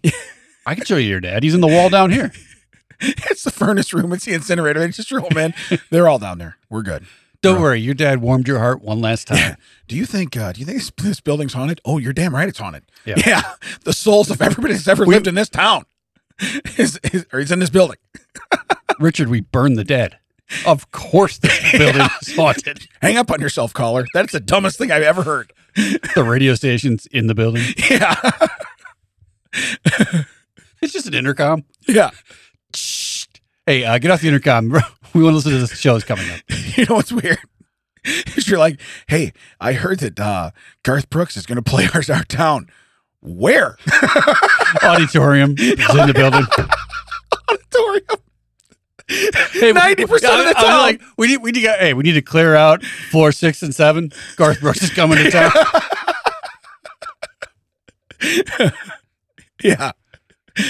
S3: I can show you your dad. He's in the wall down here.
S1: [LAUGHS] it's the furnace room. It's the incinerator. It's just roll,
S3: [LAUGHS]
S1: man. They're all down there. We're good.
S3: [LAUGHS] Don't
S1: Bro.
S3: worry, your dad warmed your heart one [LAUGHS] last time.
S1: Do you think? Uh, do you think this, this building's haunted? Oh, you're damn right, it's haunted. [LAUGHS]
S3: Yeah.
S1: the souls of everybody that's ever lived in this town [LAUGHS] is, is or is in this building.
S3: Richard, we burned the dead. Of course, [LAUGHS] this building is haunted.
S1: Hang up on yourself, caller. That's the dumbest thing I've ever heard. [LAUGHS]
S3: The radio station's in the [LAUGHS] building.
S1: Yeah,
S3: It's just an intercom.
S1: yeah. [LAUGHS]
S3: Shh. Hey, uh, get off the intercom. [LAUGHS] bro. We want to listen to this show's coming [LAUGHS] up.
S1: You know what's weird? [LAUGHS] Is you're like, hey, I heard that uh, Garth Brooks is going to play [LAUGHS] our, our town. Where? [LAUGHS]
S3: Auditorium is in the building.
S1: Auditorium. 90%
S3: Hey,
S1: of the
S3: I- I was
S1: town.
S3: like, we need, we need, hey, we need to clear out floor six and seven. Garth Brooks is coming to town.
S1: Yeah.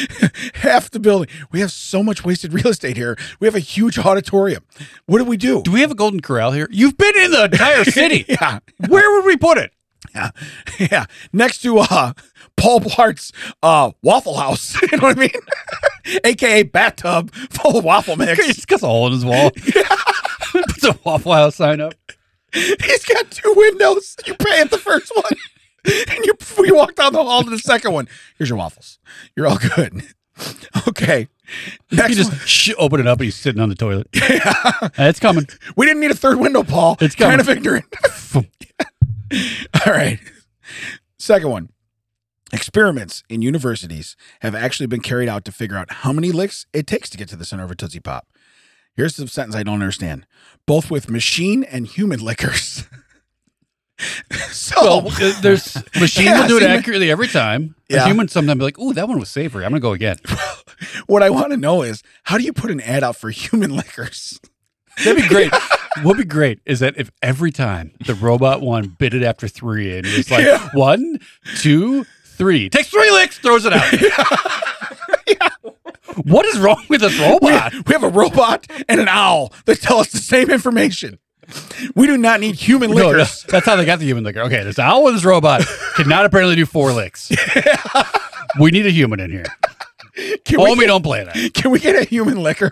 S1: [LAUGHS] Half the building. We have so much wasted real estate here. We have a huge auditorium. What do we do?
S3: [LAUGHS] Do we have a golden corral here? You've been in the [LAUGHS] entire city.
S1: yeah.
S3: Where would we put it?
S1: Yeah. [LAUGHS] Yeah. Next to uh Paul Blart's uh Waffle House. [LAUGHS] you know what I mean? [LAUGHS] AKA bathtub full of waffle
S3: [LAUGHS]
S1: mix.
S3: He's got a hole in his [LAUGHS] wall. Puts a Waffle House sign up.
S1: He's got two windows. You pay at the first one. [LAUGHS] And you we walk down the hall to the second one. Here's your waffles. You're all good. [LAUGHS] Okay.
S3: You
S1: Next
S3: just
S1: one.
S3: sh- open it up and he's sitting on the [LAUGHS] toilet. Uh, It's [LAUGHS] coming.
S1: We didn't need a third window, Paul.
S3: It's
S1: kind
S3: coming.
S1: of
S3: [LAUGHS]
S1: ignorant. [LAUGHS] All right. Second one. Experiments in universities have actually been carried out to figure out how many licks it takes to get to the center of a Tootsie Pop. Here's the sentence I don't understand both with machine and human lickers. [LAUGHS] so,
S3: Well, uh, there's machine [LAUGHS]
S1: Yeah,
S3: will do it
S1: see, ma-
S3: accurately every time.
S1: Yeah.
S3: A human sometimes be like, "Ooh, that one was savory. I'm gonna go again."
S1: what I want to know is how do you put an ad out for human lickers?
S3: That'd be great. [LAUGHS] What'd be great is that if every time the robot one bit it after three and it's like
S1: Yeah.
S3: one, two, three, takes three licks, throws it out. What is wrong with this
S1: We,
S3: robot?
S1: we have a robot and an owl that tell us the same information. We do not need human
S3: No, no,
S1: lickers.
S3: that's how they got the human liquor. Okay, this owl and this robot cannot apparently do four licks. We need a human in here.
S1: Can we
S3: Oh, we don't play that.
S1: [LAUGHS] can we get a human liquor?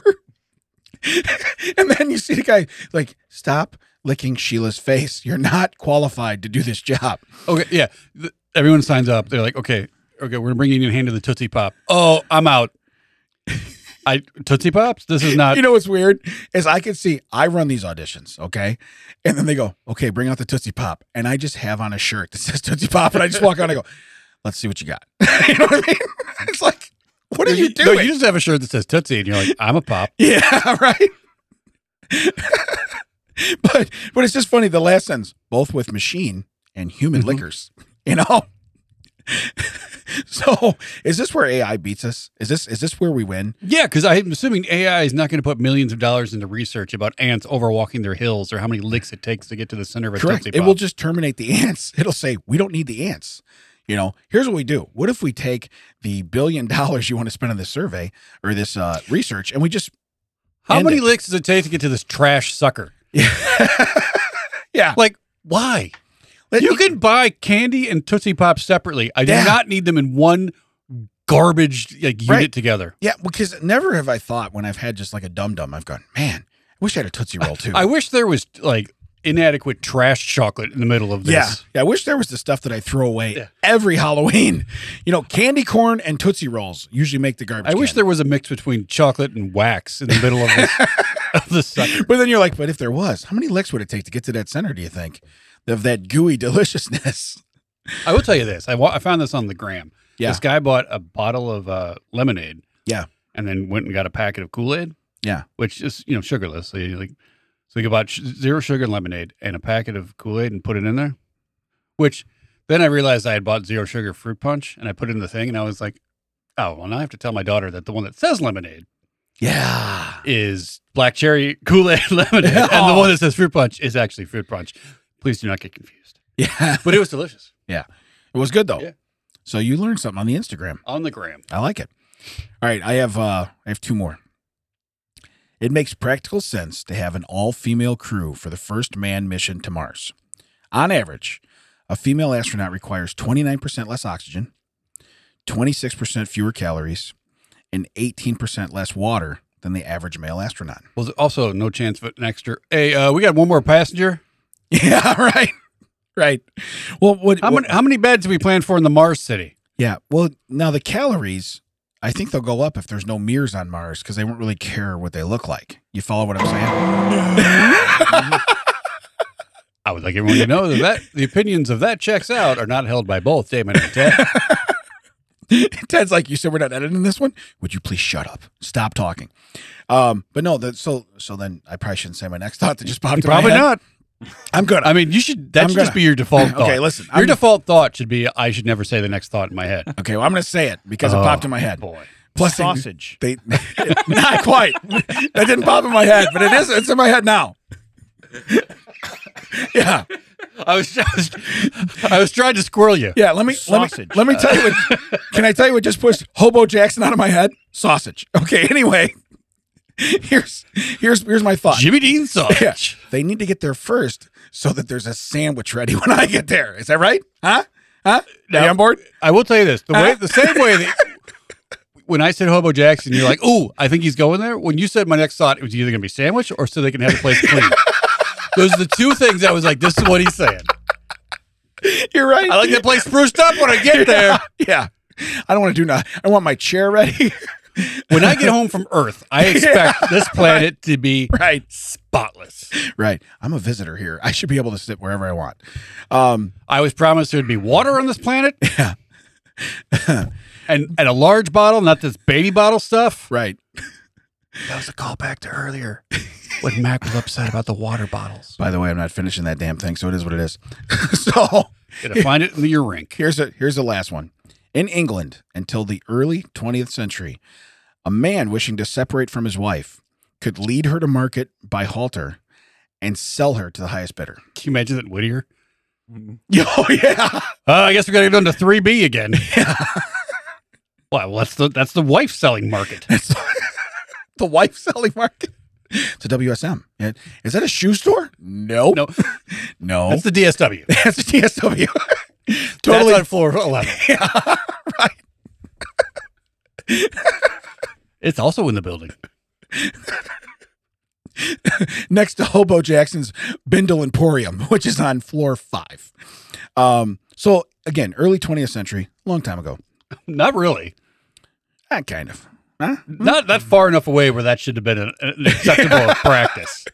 S1: [LAUGHS] and then you see the guy like, stop licking Sheila's face. You're not qualified to do this job.
S3: Okay, yeah. Th- everyone signs up. They're like, okay, okay, we're bringing you a hand to the Tootsie Pop. Oh, I'm out. I Tootsie Pops? This is not.
S1: you know what's weird is I can see I run these auditions, okay, and then they go, okay, bring out the Tootsie Pop, and I just have on a shirt that says Tootsie Pop, and I just walk out and I go, let's see what you got. [LAUGHS] you know what I mean? It's like, what are
S3: No,
S1: you
S3: no,
S1: doing?
S3: you just have a shirt that says Tootsie, and you're like, I'm a pop.
S1: Yeah, [LAUGHS] right. but but it's just funny the last sentence, both with machine and human
S3: Mhm.
S1: liquors, [LAUGHS] you know. so is this where AI beats us? Is this is this where we win?
S3: [LAUGHS] Yeah, because I'm assuming AI is not going to put millions of dollars into research about ants overwalking their hills or how many licks it takes to get to the center of a
S1: Correct.
S3: Tootsie
S1: It
S3: Pop.
S1: will just terminate the [LAUGHS] ants. It'll say we don't need the ants. You know, here's what we do. What if we take the billion [LAUGHS] dollars you want to spend on this survey or this uh, research, and we just
S3: how
S1: end
S3: many
S1: it.
S3: licks does it take to get to this trash [LAUGHS] sucker?
S1: yeah,
S3: Like, why?
S1: let e
S3: You
S1: me-
S3: can buy candy and Tootsie Pop separately. I do
S1: Yeah.
S3: not need them in one garbage like unit
S1: Right.
S3: together.
S1: Yeah, because never have I thought when I've had just like a dum dum, I've gone, man, I wish I had a Tootsie
S3: [LAUGHS]
S1: Roll too.
S3: I wish there was like inadequate trash chocolate in the middle of this.
S1: yeah. yeah, I wish there was the stuff that I throw away
S3: Yeah.
S1: every [LAUGHS] Halloween. You know, candy corn and Tootsie Rolls usually make the garbage.
S3: I wish
S1: can.
S3: there was a mix between chocolate and wax in the middle of
S1: [LAUGHS]
S3: this of this sucker.
S1: But then you're like, but if there was, how many licks would it take to get to that center, do you think? Of that gooey [LAUGHS] deliciousness.
S3: I will tell you this. I, wa- I found this on the gram.
S1: Yeah.
S3: This guy bought a bottle of uh, lemonade.
S1: Yeah.
S3: And then went and got a packet of Kool Aid.
S1: Yeah.
S3: Which is you know sugarless. So you like so you bought sh- zero sugar and lemonade and a packet of Kool Aid and put it in there. Which then I realized I had bought zero sugar fruit punch and I put it in the thing and I was like, oh well now I have to tell my daughter that the one that says lemonade
S1: Yeah.
S3: is black cherry Kool Aid [LAUGHS] lemonade and the
S1: Oh.
S3: one that says fruit punch is actually fruit punch. Please do not get confused.
S1: Yeah.
S3: But it was delicious
S1: It was good though.
S3: Yeah.
S1: So you learned something on the Instagram.
S3: on the gram.
S1: I like it. All right, I have uh I have two more. It makes practical sense to have an all-female crew for the first manned mission to Mars. On average, a female astronaut requires 29% less oxygen, 26% fewer calories, and 18% less water than the average male astronaut. [LAUGHS]
S3: Was also no chance of an extra. Hey, uh, we got one more passenger.
S1: Yeah, right. Right. Well, what,
S3: How
S1: what-
S3: many how many beds do we plan for in the Mars City?
S1: Yeah. Well, now the calories, I think they'll go up if there's no mirrors on Mars because they won't really care what they look like. You follow what I'm saying?
S3: I would like everyone to know that, that the opinions of that checks out are not held by both Damon and [LAUGHS] Ted.
S1: [LAUGHS] Ted's like, you said we're not editing this one. Would you please shut up? Stop talking. Um, but no, that so so then I probably shouldn't say my next [LAUGHS] thought that just popped. in my
S3: Probably
S1: head.
S3: not.
S1: I'm good.
S3: I mean, you should. That
S1: I'm
S3: should
S1: gonna-
S3: just be your default thought.
S1: okay, listen.
S3: Your
S1: I'm,
S3: default thought should be, I should never say the next thought in my head.
S1: okay, well, I'm gonna say it because it
S3: Oh,
S1: popped in my head.
S3: Boy.
S1: Plus, they-
S4: sausage.
S1: They, [LAUGHS] not quite. That didn't pop in my head, but it is. It's in my head now. [LAUGHS] yeah,
S3: [LAUGHS] I was just, [LAUGHS] I was trying to squirrel you.
S1: yeah. Let me
S4: Sausage.
S1: let me let me tell you. What, can I tell you what just pushed Hobo Jackson out of my head? Sausage. Okay. Anyway, [LAUGHS] here's here's here's my thought.
S3: Jimmy Dean sausage.
S1: Yeah, they need to get there first so that there's a sandwich ready when I get there. Is that right? Huh? Huh? Are you
S3: Now-
S1: on board?
S3: I will tell you this: the way,
S1: Huh?
S3: the same way that [LAUGHS] when I said Hobo Jackson, you're like, "Oh, I think he's going there." When you said my next thought, it was either going to be sandwich or so they can have the place
S1: [LAUGHS]
S3: clean. Those are the two things I was like, "This is what he's saying."
S1: You're right.
S3: I like that place spruced up when I get there.
S1: [LAUGHS] Yeah. I don't want to do nothing. I want my chair ready. [LAUGHS]
S3: When I get home from Earth, I expect this planet to be
S1: [LAUGHS] right.
S3: spotless.
S1: Right. I'm a visitor here. I should be able to sit wherever I want. Um,
S3: I was promised there'd be water on this planet.
S1: Yeah.
S3: and and a large bottle, not this baby bottle stuff.
S1: right.
S3: That was a callback to earlier when Mac was upset about the water bottles.
S1: By the way, I'm not finishing that damn thing, so it is what it is. [LAUGHS] so
S3: Gotta find it in your rink.
S1: here's a here's the last one. In England, until the early 20th century, a man wishing to separate from his wife could lead her to market by halter and sell her to the highest bidder.
S3: Can you imagine that in Whittier?
S4: Mm-hmm.
S1: Oh yeah.
S3: Uh, I guess we gotta go down to three B again. Wow, well, that's the that's the wife selling market.
S1: That's [LAUGHS] the wife selling market. It's a WSM. It- Is that a shoe store? [LAUGHS] No.
S3: No.
S1: No.
S3: That's the DSW.
S1: That's a TSW. [LAUGHS] totally.
S3: Totally that's on floor [LAUGHS] eleven.
S1: right.
S3: It's also in the building.
S1: Next to Hobo Jackson's Bindle Emporium, which is on floor five. Um, so, again, early 20th century, long time ago.
S3: Not really.
S1: Ah, kind of. Huh?
S3: Not not far enough away where that should have been an, an acceptable practice.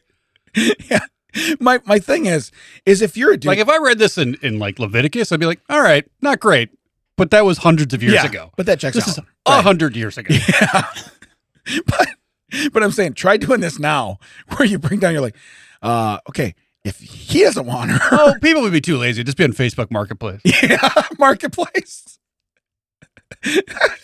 S1: My my thing is, is if you're a dude,
S3: Like if I read this in, in like Leviticus, I'd be like, all right, not great. But that was hundreds of years
S1: Yeah,
S3: ago.
S1: but that checks
S3: This
S1: out. [LAUGHS]
S3: is a hundred years ago.
S1: but but I'm saying try doing this now, where you bring down. You're like, uh, okay, if he doesn't want her,
S3: oh, people would be too lazy. Just be on Facebook Marketplace.
S1: [LAUGHS] yeah, marketplace. [LAUGHS]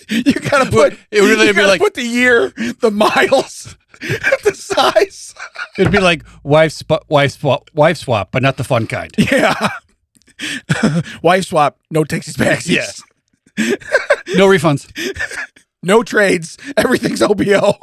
S1: you gotta put
S3: It would really
S1: you
S3: be
S1: gotta
S3: like-
S1: put the year, the miles, [LAUGHS] the size.
S3: It'd be like wife sp- wife swap, wife swap, but not the fun kind.
S1: Yeah. [LAUGHS] Wife swap, no takesies backsies.
S3: Yeah. No refunds.
S1: No trades. [LAUGHS] Everything's OBO.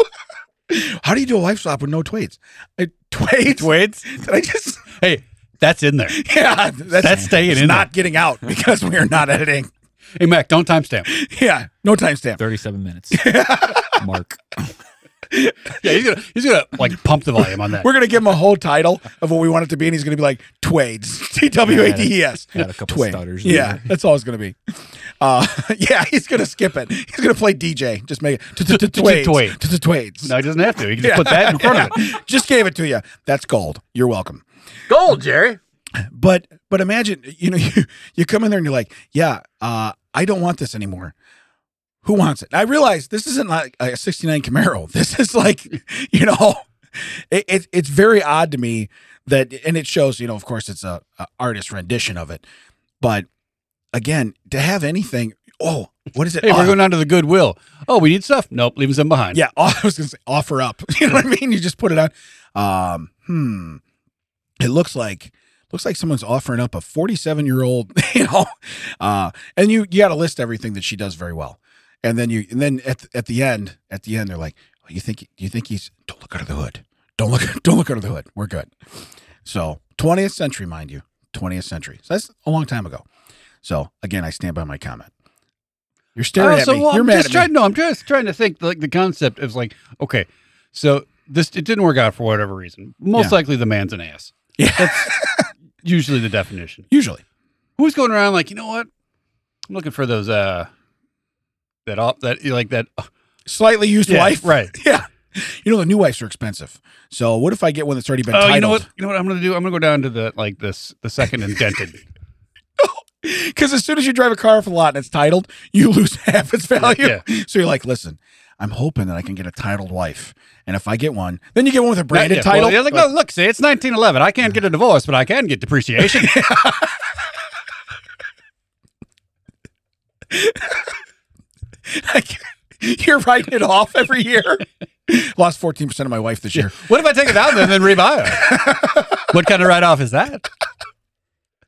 S1: [LAUGHS] How do you do a wife swap with no trades? Uh, Trades?
S3: Wait,
S1: [LAUGHS] Did I just
S3: hey, that's in there.
S1: Yeah, that's,
S3: That's staying
S1: it's
S3: in
S1: Not getting out because we are
S2: [LAUGHS]
S1: not editing.
S3: Hey Mac, don't timestamp.
S1: Yeah, no timestamp.
S2: 37
S3: [LAUGHS]
S2: minutes. Mark.
S3: Yeah, he's gonna he's gonna like pump the volume on that.
S1: We're gonna give him a whole title of what we want it to be, and he's gonna be like Twades, [LAUGHS] T W A D E S,
S2: Had a couple
S1: Twade.
S2: stutters. in
S1: Yeah,
S2: there.
S1: that's all it's gonna be. Uh, [LAUGHS] yeah, he's gonna skip it. He's gonna play DJ. Just make it Twades,
S3: Twade.
S1: Twades.
S3: No, he doesn't have to. He can just put that in
S1: [LAUGHS]
S3: front of it.
S1: Yeah, Just gave it to you. That's gold. You're welcome.
S3: Gold, Jerry.
S1: But but imagine you know [LAUGHS] you you come in there and you're like, yeah, uh, I don't want this anymore. Who wants it? And I realize this isn't like a '69 Camaro. [LAUGHS] This is like you know, it, it it's very odd to me that, and it shows you know, of course, it's a, a artist rendition of it, but again, to have anything, oh, what is it?
S3: Hey,
S1: Oh,
S3: we're going down to the goodwill. Oh, we need stuff. Nope, leaving some behind.
S1: yeah, [LAUGHS] I was gonna say offer up. [LAUGHS] You know what I mean? You just put it out. Um, hmm. It looks like looks like someone's offering up a 47 year old. [LAUGHS] You know, uh, and you you got to list everything that she does very well, and then you and then at at the end at the end they're like, oh, you think you think he's don't look under the hood. Don't look [LAUGHS] don't look under the hood. We're good. So 20th century, mind you, 20th century. So that's a long time ago. So again, I stand by my comment. You're staring
S3: Also,
S1: at me.
S3: well,
S1: You're
S3: Oh, I'm
S1: mad
S3: just
S1: at
S3: trying,
S1: me.
S3: No, I'm just trying to think like the concept is like, okay, so this it didn't work out for whatever reason. Most
S1: Yeah.
S3: likely the man's an ass.
S1: [LAUGHS] Yeah.
S3: Usually the definition.
S1: Usually.
S3: Who's going around like, you know what? I'm looking for those uh that op that like that
S1: Slightly used
S3: Yeah,
S1: wife.
S3: right.
S1: [LAUGHS] Yeah. You know, the new wipes are expensive. So what if I get one that's already been
S3: Oh,
S1: titled?
S3: you know what? You know what I'm gonna do? I'm gonna go down to the like this the second [LAUGHS] indented.
S1: [LAUGHS] Because as soon as you drive a car off a lot and it's titled, you [LAUGHS] lose half its value.
S3: Yeah.
S1: [LAUGHS] So you're like, listen, I'm hoping that I can get a titled wife. And if I get one, then you get one with a branded
S3: Yeah, well,
S1: title.
S3: they're like,
S1: Like,
S3: oh, look, see, it's 1911. I can't get a divorce, but I can get [LAUGHS] depreciation.
S1: [LAUGHS] you're writing it off every
S3: [LAUGHS]
S1: year. Lost 14% of my wife this year.
S3: what if I take it out and then rebuy it? [LAUGHS] what kind of write off is that?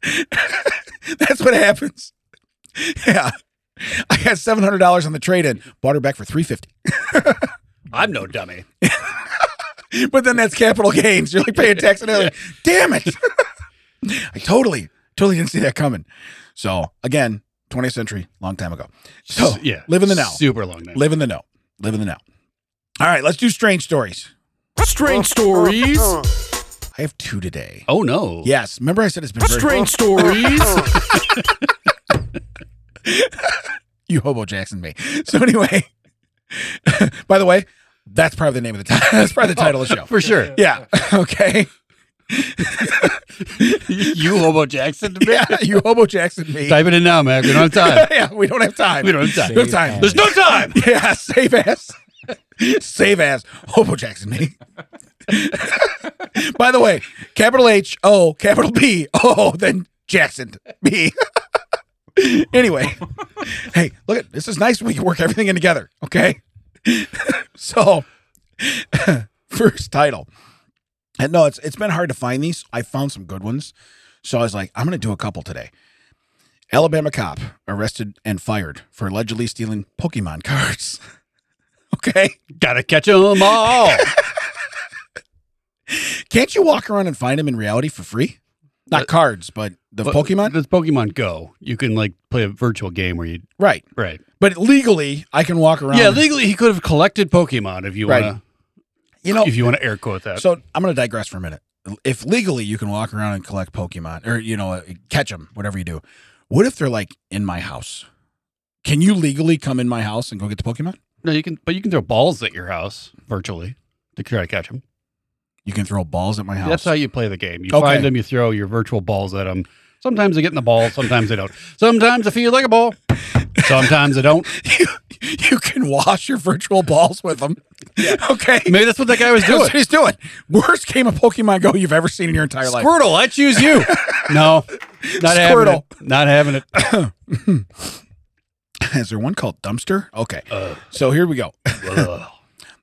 S1: [LAUGHS] That's what happens. Yeah. I got $700 on the trade in, bought her back for 350
S3: I'm no dummy.
S1: But then that's capital gains. You're like paying tax and everything. Damn it. [LAUGHS] I totally, totally didn't see that coming. So again, 20th century, long time ago. So
S3: yeah,
S1: live in the now.
S3: Super long now.
S1: Live in the know. Live in the know. All right, let's do strange stories.
S4: Strange stories.
S1: I have two today.
S3: oh no.
S1: Yes. Remember I said it's been very
S4: Strange stories.
S1: [LAUGHS] you hobo Jackson me. So anyway, [LAUGHS] by the way, that's probably the name of the title. [LAUGHS] That's probably the title of the show.
S3: Oh, for [LAUGHS] sure.
S1: Yeah. [LAUGHS] Okay.
S3: you hobo Jackson. To me.
S1: Yeah. You hobo Jackson me.
S3: [LAUGHS] Type it in now, man. We don't have time.
S1: [LAUGHS] yeah, we don't have time.
S3: We don't have time.
S1: We don't have time.
S3: [LAUGHS] There's no time.
S1: [LAUGHS] Yeah, save ass. save ass. Hobo Jackson, me. By the way, capital H, O, capital B, O, then Jackson, B. [LAUGHS] anyway, hey, look at this is nice when we can work everything in together, okay? [LAUGHS] so, [LAUGHS] first title. And no, it's it's been hard to find these. I found some good ones. So I was like, I'm going to do a couple today. Alabama cop arrested and fired for allegedly stealing Pokemon cards. [LAUGHS] okay.
S3: Gotta catch 'em all. [LAUGHS]
S1: Can't you walk around and find them in reality for free? Not
S3: Uh,
S1: cards, but the
S3: But
S1: Pokemon?
S3: That's Pokemon Go. You can like play a virtual game where you
S1: right.
S3: right.
S1: But legally, I can walk around.
S3: Yeah, legally he could have collected Pokemon if you
S1: Right.
S3: wanna
S1: you know,
S3: if you wanna air quote that.
S1: Oh. so I'm going to digress for a minute. If legally you can walk around and collect Pokemon or, you know, uh, catch them, whatever you do, what if they're like in my house? Can you legally come in my house and go get the Pokemon?
S3: no, you can, but you can throw balls at your house virtually to try to catch them.
S1: You can throw balls at my house.
S3: That's how you play the game. You
S1: Okay.
S3: find them, you throw your virtual balls at them. Sometimes they get in the ball, sometimes they don't. Sometimes they feel like a ball, sometimes they don't.
S1: [LAUGHS] you, you can wash your virtual balls with them. [LAUGHS] Okay.
S3: Maybe that's what that guy was
S1: That's
S3: doing.
S1: what he's doing. Worst game of Pokemon Go you've ever seen in your [LAUGHS] entire life.
S3: Squirtle, I choose you. No, not having
S1: Squirtle.
S3: it. Not having
S1: [LAUGHS]
S3: it.
S1: Is there one called Dumpster? Okay.
S3: Uh,
S1: So here we go.
S3: [LAUGHS] ugh.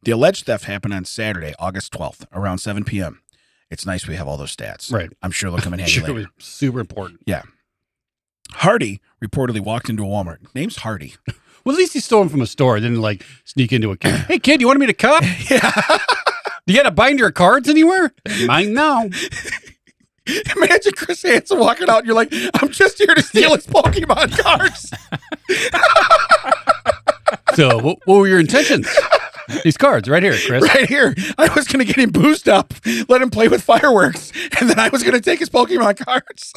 S1: The alleged theft happened on Saturday, August 12th, around 7 p.m. It's nice we have all those stats.
S3: Right.
S1: I'm sure
S3: [LAUGHS]
S1: they'll come in handy
S3: Sure, it
S1: later.
S3: was super important.
S1: Hardy reportedly walked into a Walmart. Name's Hardy. [LAUGHS]
S3: Well, at least he stole them from a store. Didn't like sneak into a
S1: [CLEARS THROAT]
S3: kid. Hey, kid, you wanted me to cop?
S1: Yeah.
S3: You got to bind your
S1: [LAUGHS]
S3: cards anywhere? Mine now.
S1: Imagine Chris Hansen walking out and you're like, I'm just here to steal his Pokemon cards.
S3: So, what, what were your intentions? These cards right here, Chris.
S1: right here. I was going to get him boozed up, let him play with fireworks, and then I was going to take his Pokemon cards.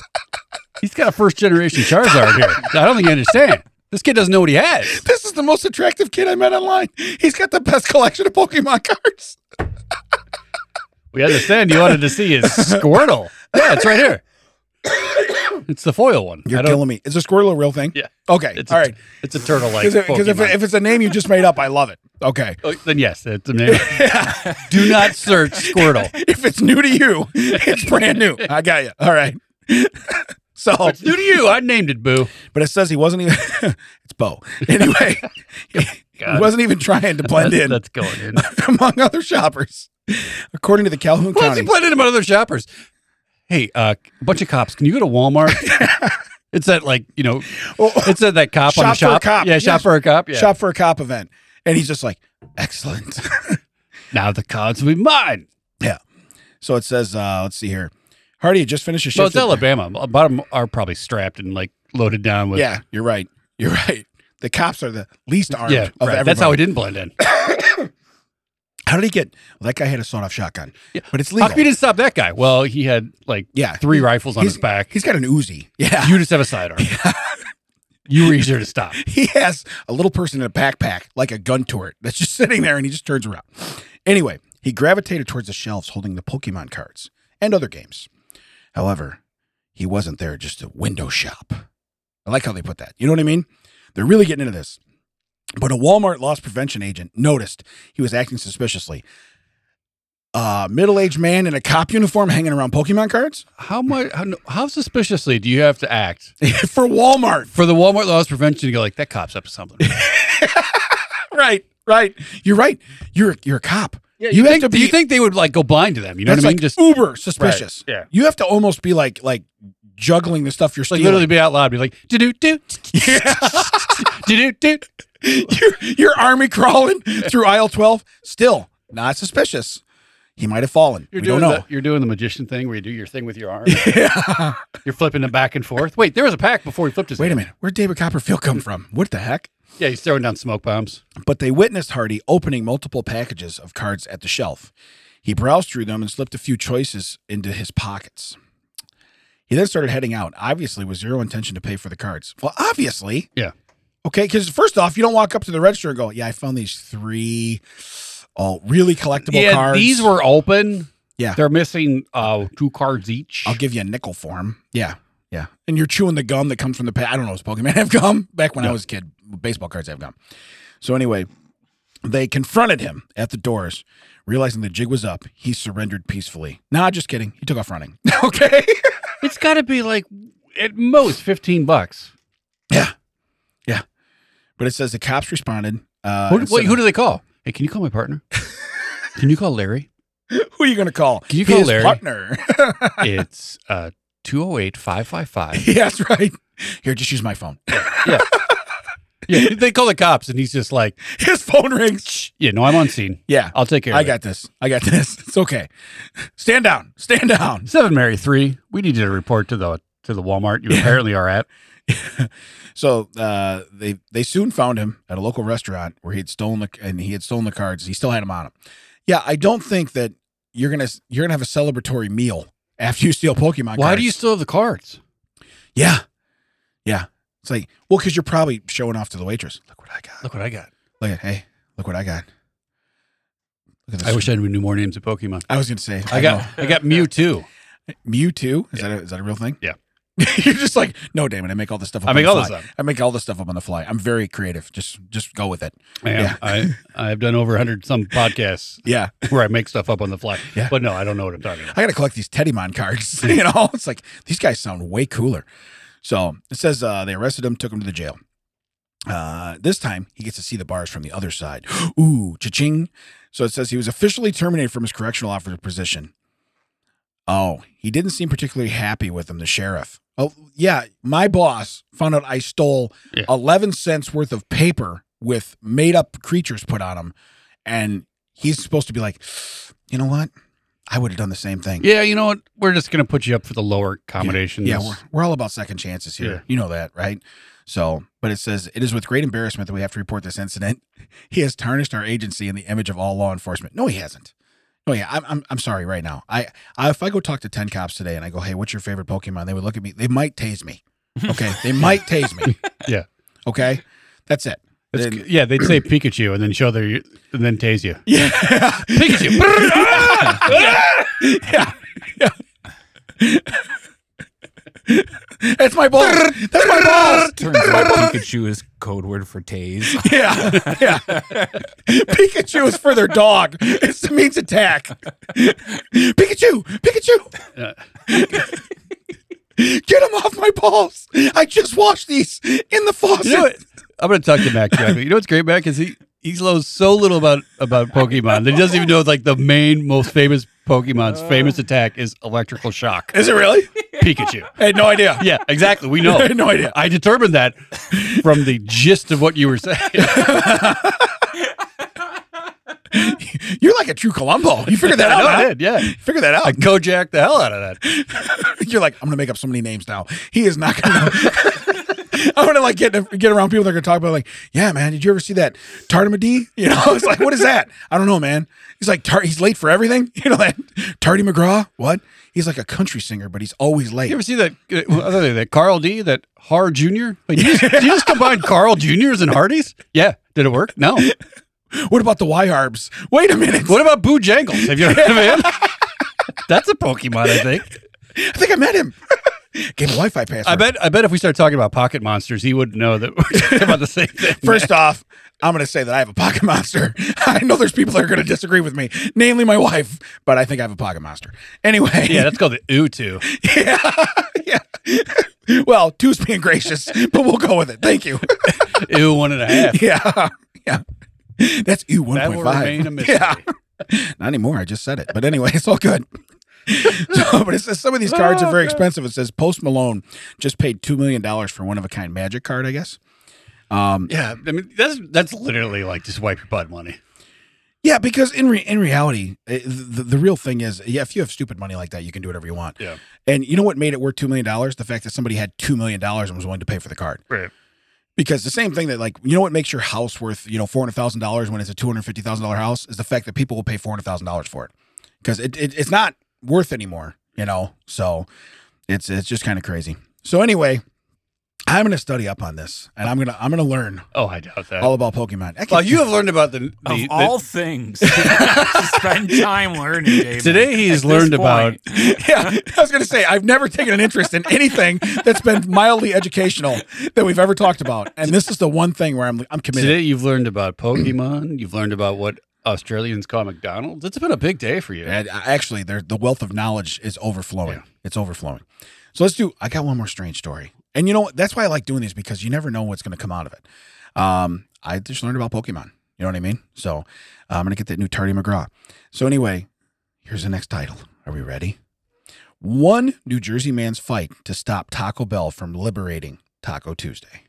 S3: He's got a first generation Charizard here. I don't think you understand. This kid doesn't know what he has.
S1: This is the most attractive kid I met online. He's got the best collection of Pokemon cards.
S3: We understand you wanted to see his Squirtle. Yeah, it's right here. It's the foil one. I
S1: You're
S3: don't-
S1: killing me. Is a Squirtle a real thing?
S3: Yeah.
S1: Okay.
S3: It's
S1: All
S3: a,
S1: right.
S3: It's a turtle like.
S1: Because if, if it's a name you just made up, I love it. Okay.
S3: Oh, then yes, it's a name. Do not search Squirtle.
S1: If it's new to you, it's brand new. I got you. All right. [LAUGHS] so,
S3: It's new to you. I named it Boo.
S1: but it says he wasn't even. [LAUGHS] it's Bo. Anyway, he
S3: God.
S1: wasn't even trying to blend
S3: That's,
S1: in
S3: that's going [LAUGHS] in.
S1: [LAUGHS] among other shoppers, according to the Calhoun
S3: Why is
S1: County.
S3: he playing about other shoppers? Hey, uh, a bunch of cops. Can you go
S1: [LAUGHS]
S3: to Walmart? it's that like you know.
S1: Well,
S3: It's that that cop
S1: Shop
S3: on the
S1: for
S3: shop.
S1: a cop.
S3: Yeah, shop
S1: Yes.
S3: for a cop. [LAUGHS] Yeah.
S1: oh, shop for a cop event. And he's just like, excellent.
S3: Now the cards will be mine.
S1: so it says, uh, let's see here. Hardy had just finished a shift.
S3: Well, it's
S1: at-
S3: Alabama. A lot of them are probably strapped and like loaded down with.
S1: Yeah, you're [LAUGHS] right. You're right. the cops are the least armed
S3: yeah,
S1: of
S3: right.
S1: everybody.
S3: That's how he didn't blend in.
S1: How did he get? Well, that guy had a sawed-off shotgun,
S3: Yeah.
S1: but it's
S3: How
S1: legal.
S3: come you didn't stop that guy? Well, he had like
S1: yeah,
S3: three rifles on
S1: He's-
S3: his back.
S1: He's got an Uzi. [LAUGHS] Yeah,
S3: You just have a sidearm. You were easier to stop.
S1: [LAUGHS] he has a little person in a backpack, like a gun turret, that's just [LAUGHS] sitting there, and he just turns around. Anyway, he gravitated towards the shelves holding the Pokemon cards and other games. However, he wasn't there just to window shop. I like how they put that. You know what I mean? They're really getting into this. But a Walmart loss prevention agent noticed he was acting suspiciously. A middle aged man in a cop uniform hanging around Pokemon cards [LAUGHS]
S3: How much? How, how suspiciously do you have to act
S1: for Walmart. [LAUGHS]
S3: for the Walmart loss prevention? You go like that cop's up to something.
S1: Right, right. You're right. You're you're a cop. Yeah,
S3: you, think, you think they would like go blind to them? You know
S1: That's
S3: what I mean?
S1: like
S3: Just
S1: uber suspicious.
S3: Right, yeah.
S1: you have to almost be like like juggling the stuff you're
S3: like
S1: stealing.
S3: literally be out loud, be like, do do [LAUGHS] do, do do do.
S1: [LAUGHS] you're, you're army crawling through aisle twelve. Still not suspicious. He might have fallen.
S3: You're
S1: we
S3: doing
S1: don't know.
S3: the, you're doing the magician thing where you do your thing with your arm.
S1: [LAUGHS] Yeah.
S3: you're flipping it back and forth. Wait, there was a pack before he flipped his.
S1: Wait a minute. Where'd David Copperfield come from? What the heck?
S3: Yeah, he's throwing down smoke bombs.
S1: But they witnessed Hardy opening multiple packages of cards at the shelf. He browsed through them and slipped a few choices into his pockets. He then started heading out, obviously with zero intention to pay for the cards. Well, obviously.
S3: Yeah.
S1: Okay, because first off, you don't walk up to the register and go, "Yeah, I found these three, oh, really collectible cards.
S3: these were open.
S1: Yeah.
S3: they're missing uh, two cards each.
S1: I'll give you a nickel for them." Yeah, yeah. And you're chewing the gum that comes from the. Pa- I don't know. Does Pokemon [LAUGHS] have gum? Back when I
S3: No.
S1: was a kid, baseball cards have gum. So anyway, they confronted him at the doors, realizing the jig was up. He surrendered peacefully. Nah, just kidding. He took off running. [LAUGHS] okay.
S3: It's got to be like at most fifteen bucks.
S1: But it says the cops responded. Uh,
S3: Who,
S1: and
S3: wait,
S1: said-
S3: who do they call? Hey, can you call
S1: [LAUGHS]
S3: my partner? can you call Larry?
S1: who are you going to call?
S3: Can you call
S1: His
S3: Larry?
S1: partner? [LAUGHS]
S3: It's uh
S1: [LAUGHS]
S3: 208 555.
S1: yeah, that's right. Here, just use my phone. [LAUGHS]
S3: Yeah, they call the cops and he's just like,
S1: His phone rings.
S3: Yeah, no, I'm on scene.
S1: Yeah.
S3: I'll take care of
S1: I got this. I got [LAUGHS] this. It's okay. Stand down. Stand down.
S3: it. Seven Mary three. We need you to report to the to the Walmart you apparently are at.
S1: So uh, they they soon found him at a local restaurant where he had stolen the and he had stolen the cards. He still had them on him. Yeah, I don't think that you're gonna you're gonna have a celebratory meal after you steal Pokemon.
S3: Why
S1: cards.
S3: do you still have the cards?
S1: Yeah, yeah. It's like well, because you're probably showing off to the waitress. Look what I got. Look,
S3: Look what I got.
S1: at hey, look what I got. Look at this.
S3: I wish I knew more names of Pokemon.
S1: I was gonna say
S3: I got I got Mewtwo.
S1: Mewtwo. Is that a, is that a real thing?
S3: Yeah.
S1: [LAUGHS] You're just like, no, Damon. I make all this stuff. Up
S3: I make
S1: on
S3: all
S1: the
S3: this
S1: fly.
S3: up."
S1: I make all this stuff up on the fly. I'm very creative. Just just go with it.
S3: Man,
S1: Yeah.
S3: I I've done over hundred some podcasts
S1: Yeah.
S3: where I make stuff up on the fly.
S1: Yeah.
S3: But no, I don't know what I'm talking about.
S1: I got to collect these Teddymon cards. [LAUGHS] You know, it's like these guys sound way cooler. So it says uh, they arrested him, took him to the jail. Uh, this time he gets to see the bars from the other side. [GASPS] Ooh, cha-ching. So it says he was officially terminated from his correctional officer position. Oh, he didn't seem particularly happy with him, the sheriff. Oh, yeah. My boss found out I stole
S3: Yeah.
S1: 11 cents worth of paper with made up creatures put on him. And he's supposed to be like, you know what? I would have done the same thing.
S3: Yeah, you know what? We're just gonna put you up for the lower accommodations.
S1: Yeah, we're, we're all about second chances here.
S3: Yeah.
S1: You know that, right? So, but it says it is with great embarrassment that we have to report this incident. [LAUGHS] He has tarnished our agency in the image of all law enforcement. No, he hasn't. No, yeah, I'm, I'm, I'm sorry right now. I, I, if I go talk to ten cops today and I go, hey, what's your favorite Pokemon? They would look at me. They might tase me. Okay, they might tase me.
S3: [LAUGHS] Yeah.
S1: Okay, that's it.
S3: It's-
S1: Then-
S3: yeah, they'd say Pikachu and then show their and then tase you.
S1: yeah. [LAUGHS]
S3: Pikachu. ah!
S1: yeah. yeah. That's my balls. That's my balls.
S2: Turns out Pikachu is code word for
S4: [LAUGHS]
S2: tase.
S1: Yeah, yeah. Pikachu is for their dog. It's, it means attack. Pikachu, Pikachu,
S3: Yeah.
S1: get him off my balls! I just washed these in the faucet.
S3: You know what? I'm gonna talk to Mac Jack. You know what's great, Mac, is he he knows so little about about Pokemon that he doesn't even know like the main most famous Pokemon's famous attack is electrical shock.
S1: Is it really?
S3: Pikachu.
S1: I had no idea.
S3: Yeah, exactly. We
S1: I
S3: know.
S1: had no idea.
S3: [LAUGHS] I determined that from the gist of what you were saying.
S1: You're like a true Columbo. You figured that
S3: [LAUGHS] [LAUGHS] I
S1: out.
S3: know I
S1: huh?
S3: did, yeah.
S1: Figure that out.
S3: I Kojak the hell out of that.
S1: [LAUGHS] You're like, I'm gonna make up so many names now. He is not gonna. [LAUGHS] I want to like get get around people that are gonna talk about like, yeah, man, did you ever see that Tartamadi? You know, it's like, what is that? I don't know, man. He's like, tar- he's late for everything. [LAUGHS] You know that Tardy McGraw? What? He's like a country singer, but he's always late.
S3: You ever see that uh, well, other than that Carl D, that Har Jr.? Wait, you just, you just [LAUGHS] combine Carl Jr.'s and Hardy's? Yeah. Did it work? [LAUGHS] No.
S1: what about the Y Harbs? Wait a minute.
S3: What about Boo Jangles? Have you heard of him? [LAUGHS] That's a Pokemon, I think.
S1: I think I met him. [LAUGHS] Gave a Wi-Fi password.
S3: I bet I bet if we start talking about pocket monsters, he would know that [LAUGHS] we're talking about the same thing.
S1: First off, I'm going to say that I have a pocket monster. [LAUGHS] I know there's people that are going to disagree with me, namely my wife, but I think I have a pocket monster. Anyway,
S3: Yeah, that's called the
S1: [LAUGHS]
S3: Utu.
S1: yeah, [LAUGHS] yeah. Well, two's being gracious, but we'll go with it. Thank
S3: [LAUGHS]
S1: you.
S3: Ew one and a half.
S1: yeah, yeah. That's ew
S3: That will
S1: 1.5.
S3: remain a mystery.
S1: Yeah. [LAUGHS] Not anymore. I just said it. But anyway, it's all good. [LAUGHS] so, but it says some of these cards
S3: Oh,
S1: are very expensive. It says Post Malone just paid two million dollars for one of a kind magic card. I guess. Um,
S3: Yeah, I mean that's that's literally like just wipe your butt money.
S1: Yeah, because in re- in reality, eh, the, the real thing is, yeah, if you have stupid money like that, you can do whatever you want.
S3: Yeah.
S1: And you know what made it worth two million dollars? The fact that somebody had two million dollars and was willing to pay for the card.
S3: Right.
S1: Because the same thing that like you know what makes your house worth you know four hundred thousand dollars when it's a two hundred fifty thousand dollar house is the fact that people will pay four hundred thousand dollars for it because it, it it's not worth anymore. You know, so it's it's just kind of crazy. So anyway, I'm gonna study up on this and I'm gonna I'm gonna learn
S3: Oh, I doubt that.
S1: all about Pokemon. I can-
S3: well, you have learned about the, the,
S2: Of
S3: the-
S2: all
S4: [LAUGHS]
S2: things to spend time learning, David.
S3: Today he's
S2: At this
S3: learned about-
S1: [LAUGHS] Yeah, I was going to say I've never taken an interest in anything that's been mildly educational that we've ever talked about, and this is the one thing where I'm I'm committed.
S3: today you've learned about Pokemon. you've learned about what Australians call McDonald's. It's been a big day for you.
S1: And I- actually, there the wealth of knowledge is overflowing.
S3: Yeah.
S1: It's overflowing. So let's do. I got one more strange story, and you know what? that's why I like doing these because you never know what's going to come out of it. Um, I just learned about Pokemon. You know what I mean? So uh, I'm going to get that new Tardy McGraw. So anyway, here's the next title. Are we ready? One New Jersey man's fight to stop Taco Bell from liberating Taco Tuesday.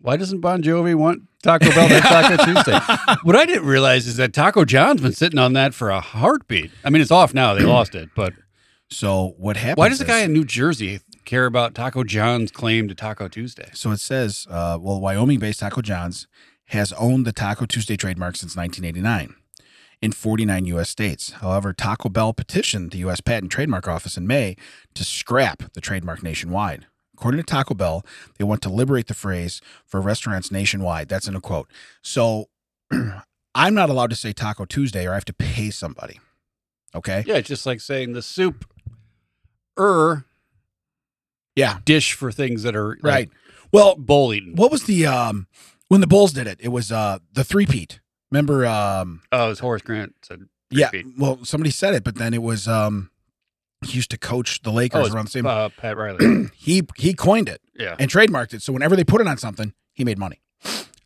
S3: Why doesn't Bon Jovi want Taco Bell
S1: [LAUGHS]
S3: to have Taco Tuesday? What I didn't realize is that Taco John's been sitting on that for a heartbeat. I mean, it's off now. They lost it, but
S1: So what happens?
S3: why does the
S1: is-
S3: guy in New Jersey care about Taco John's claim to Taco Tuesday?
S1: So it says, uh, well, Wyoming-based Taco John's has owned the Taco Tuesday trademark since 1989 in 49 U.S. states. However, Taco Bell petitioned the U.S. Patent and Trademark Office in May to scrap the trademark nationwide. According to Taco Bell, they want to liberate the phrase for restaurants nationwide. That's in a quote. So [CLEARS THROAT] I'm not allowed to say Taco Tuesday, or I have to pay somebody. Okay.
S3: Yeah, it's just like saying the soup er
S1: Yeah.
S3: dish for things that are like,
S1: Right. Well,
S3: bowl eating.
S1: what was the um when the Bulls did it? It was uh the three peat. Remember um
S3: Oh, it was Horace Grant said.
S1: yeah,
S3: Three-peat.
S1: well somebody said it, but then it was um he used to coach the
S3: Oh,
S1: Lakers
S3: it's,
S1: around the same
S3: uh, Pat [CLEARS THROAT] Riley.
S1: he he coined it
S3: yeah.
S1: and trademarked it. So whenever they put it on something, he made money.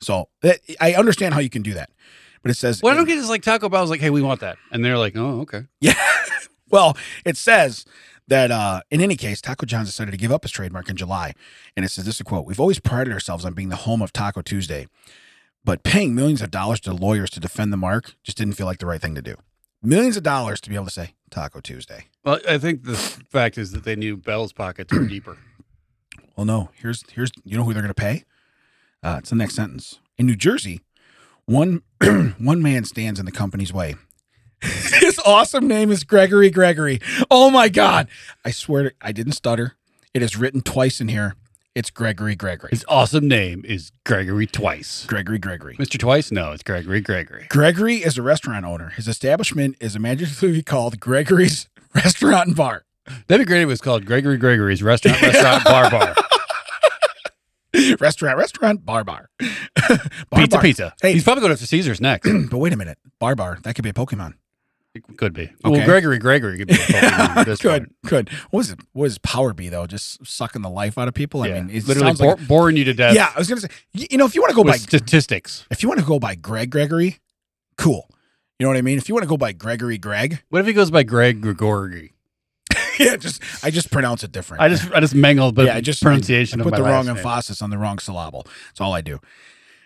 S1: So that, I understand how you can do that. But it says
S3: Well, I don't get is like Taco Bell's like, hey, we want that, and they're like, oh, okay.
S1: Yeah. well, it says that uh, in any case, Taco John's decided to give up his trademark in July. And it says this is a quote We've always prided ourselves on being the home of Taco Tuesday, but paying millions of dollars to lawyers to defend the mark just didn't feel like the right thing to do. Millions of dollars to be able to say Taco Tuesday.
S3: Well, I think the fact is that they knew Bell's pockets were deeper.
S1: Well, no. Here's here's you know who they're going to pay. Uh, it's the next sentence. In New Jersey, one [CLEARS THROAT] one man stands in the company's way. [LAUGHS] His awesome name is Gregory Gregory. Oh my God! I swear to, I didn't stutter. It is written twice in here. It's Gregory Gregory.
S3: [CLEARS THROAT] His awesome name is Gregory Twice.
S1: Gregory Gregory.
S3: Mr. Twice? No, it's Gregory Gregory.
S1: Gregory is a restaurant owner. His establishment is imaginatively called Gregory's [LAUGHS] Restaurant and Bar.
S3: That'd be great if it was called Gregory Gregory's Restaurant, [LAUGHS] Restaurant, Bar, Bar.
S1: Restaurant, restaurant, bar, bar. [LAUGHS] Bar,
S3: pizza,
S1: bar.
S3: pizza.
S1: Hey.
S3: He's probably going after Caesar's next.
S1: [CLEARS THROAT] But wait a minute, bar, bar. That could be a Pokemon.
S3: could be.
S1: Okay.
S3: Well, Gregory Gregory
S1: [LAUGHS]
S3: could be. a Pokemon at this
S1: good,
S3: point.
S1: good. What was it? What is Power B though? Just sucking the life out of people. I
S3: Yeah.
S1: mean, it's
S3: literally bor- boring you to death.
S1: yeah, Oh I was gonna say. y- You know, if you want to go
S3: With
S1: by,
S3: statistics.
S1: if you want to go by Greg Gregory, cool. You know what I mean? If you want to go by Gregory Greg, [LAUGHS]
S3: What if he goes by Greg Gregory?
S1: yeah, just I just pronounce it different.
S3: I just I just mangled the
S1: yeah, I just
S3: pronunciation
S1: I
S3: of
S1: put
S3: my
S1: the
S3: last
S1: wrong
S3: name.
S1: emphasis on the wrong syllable. That's all I do.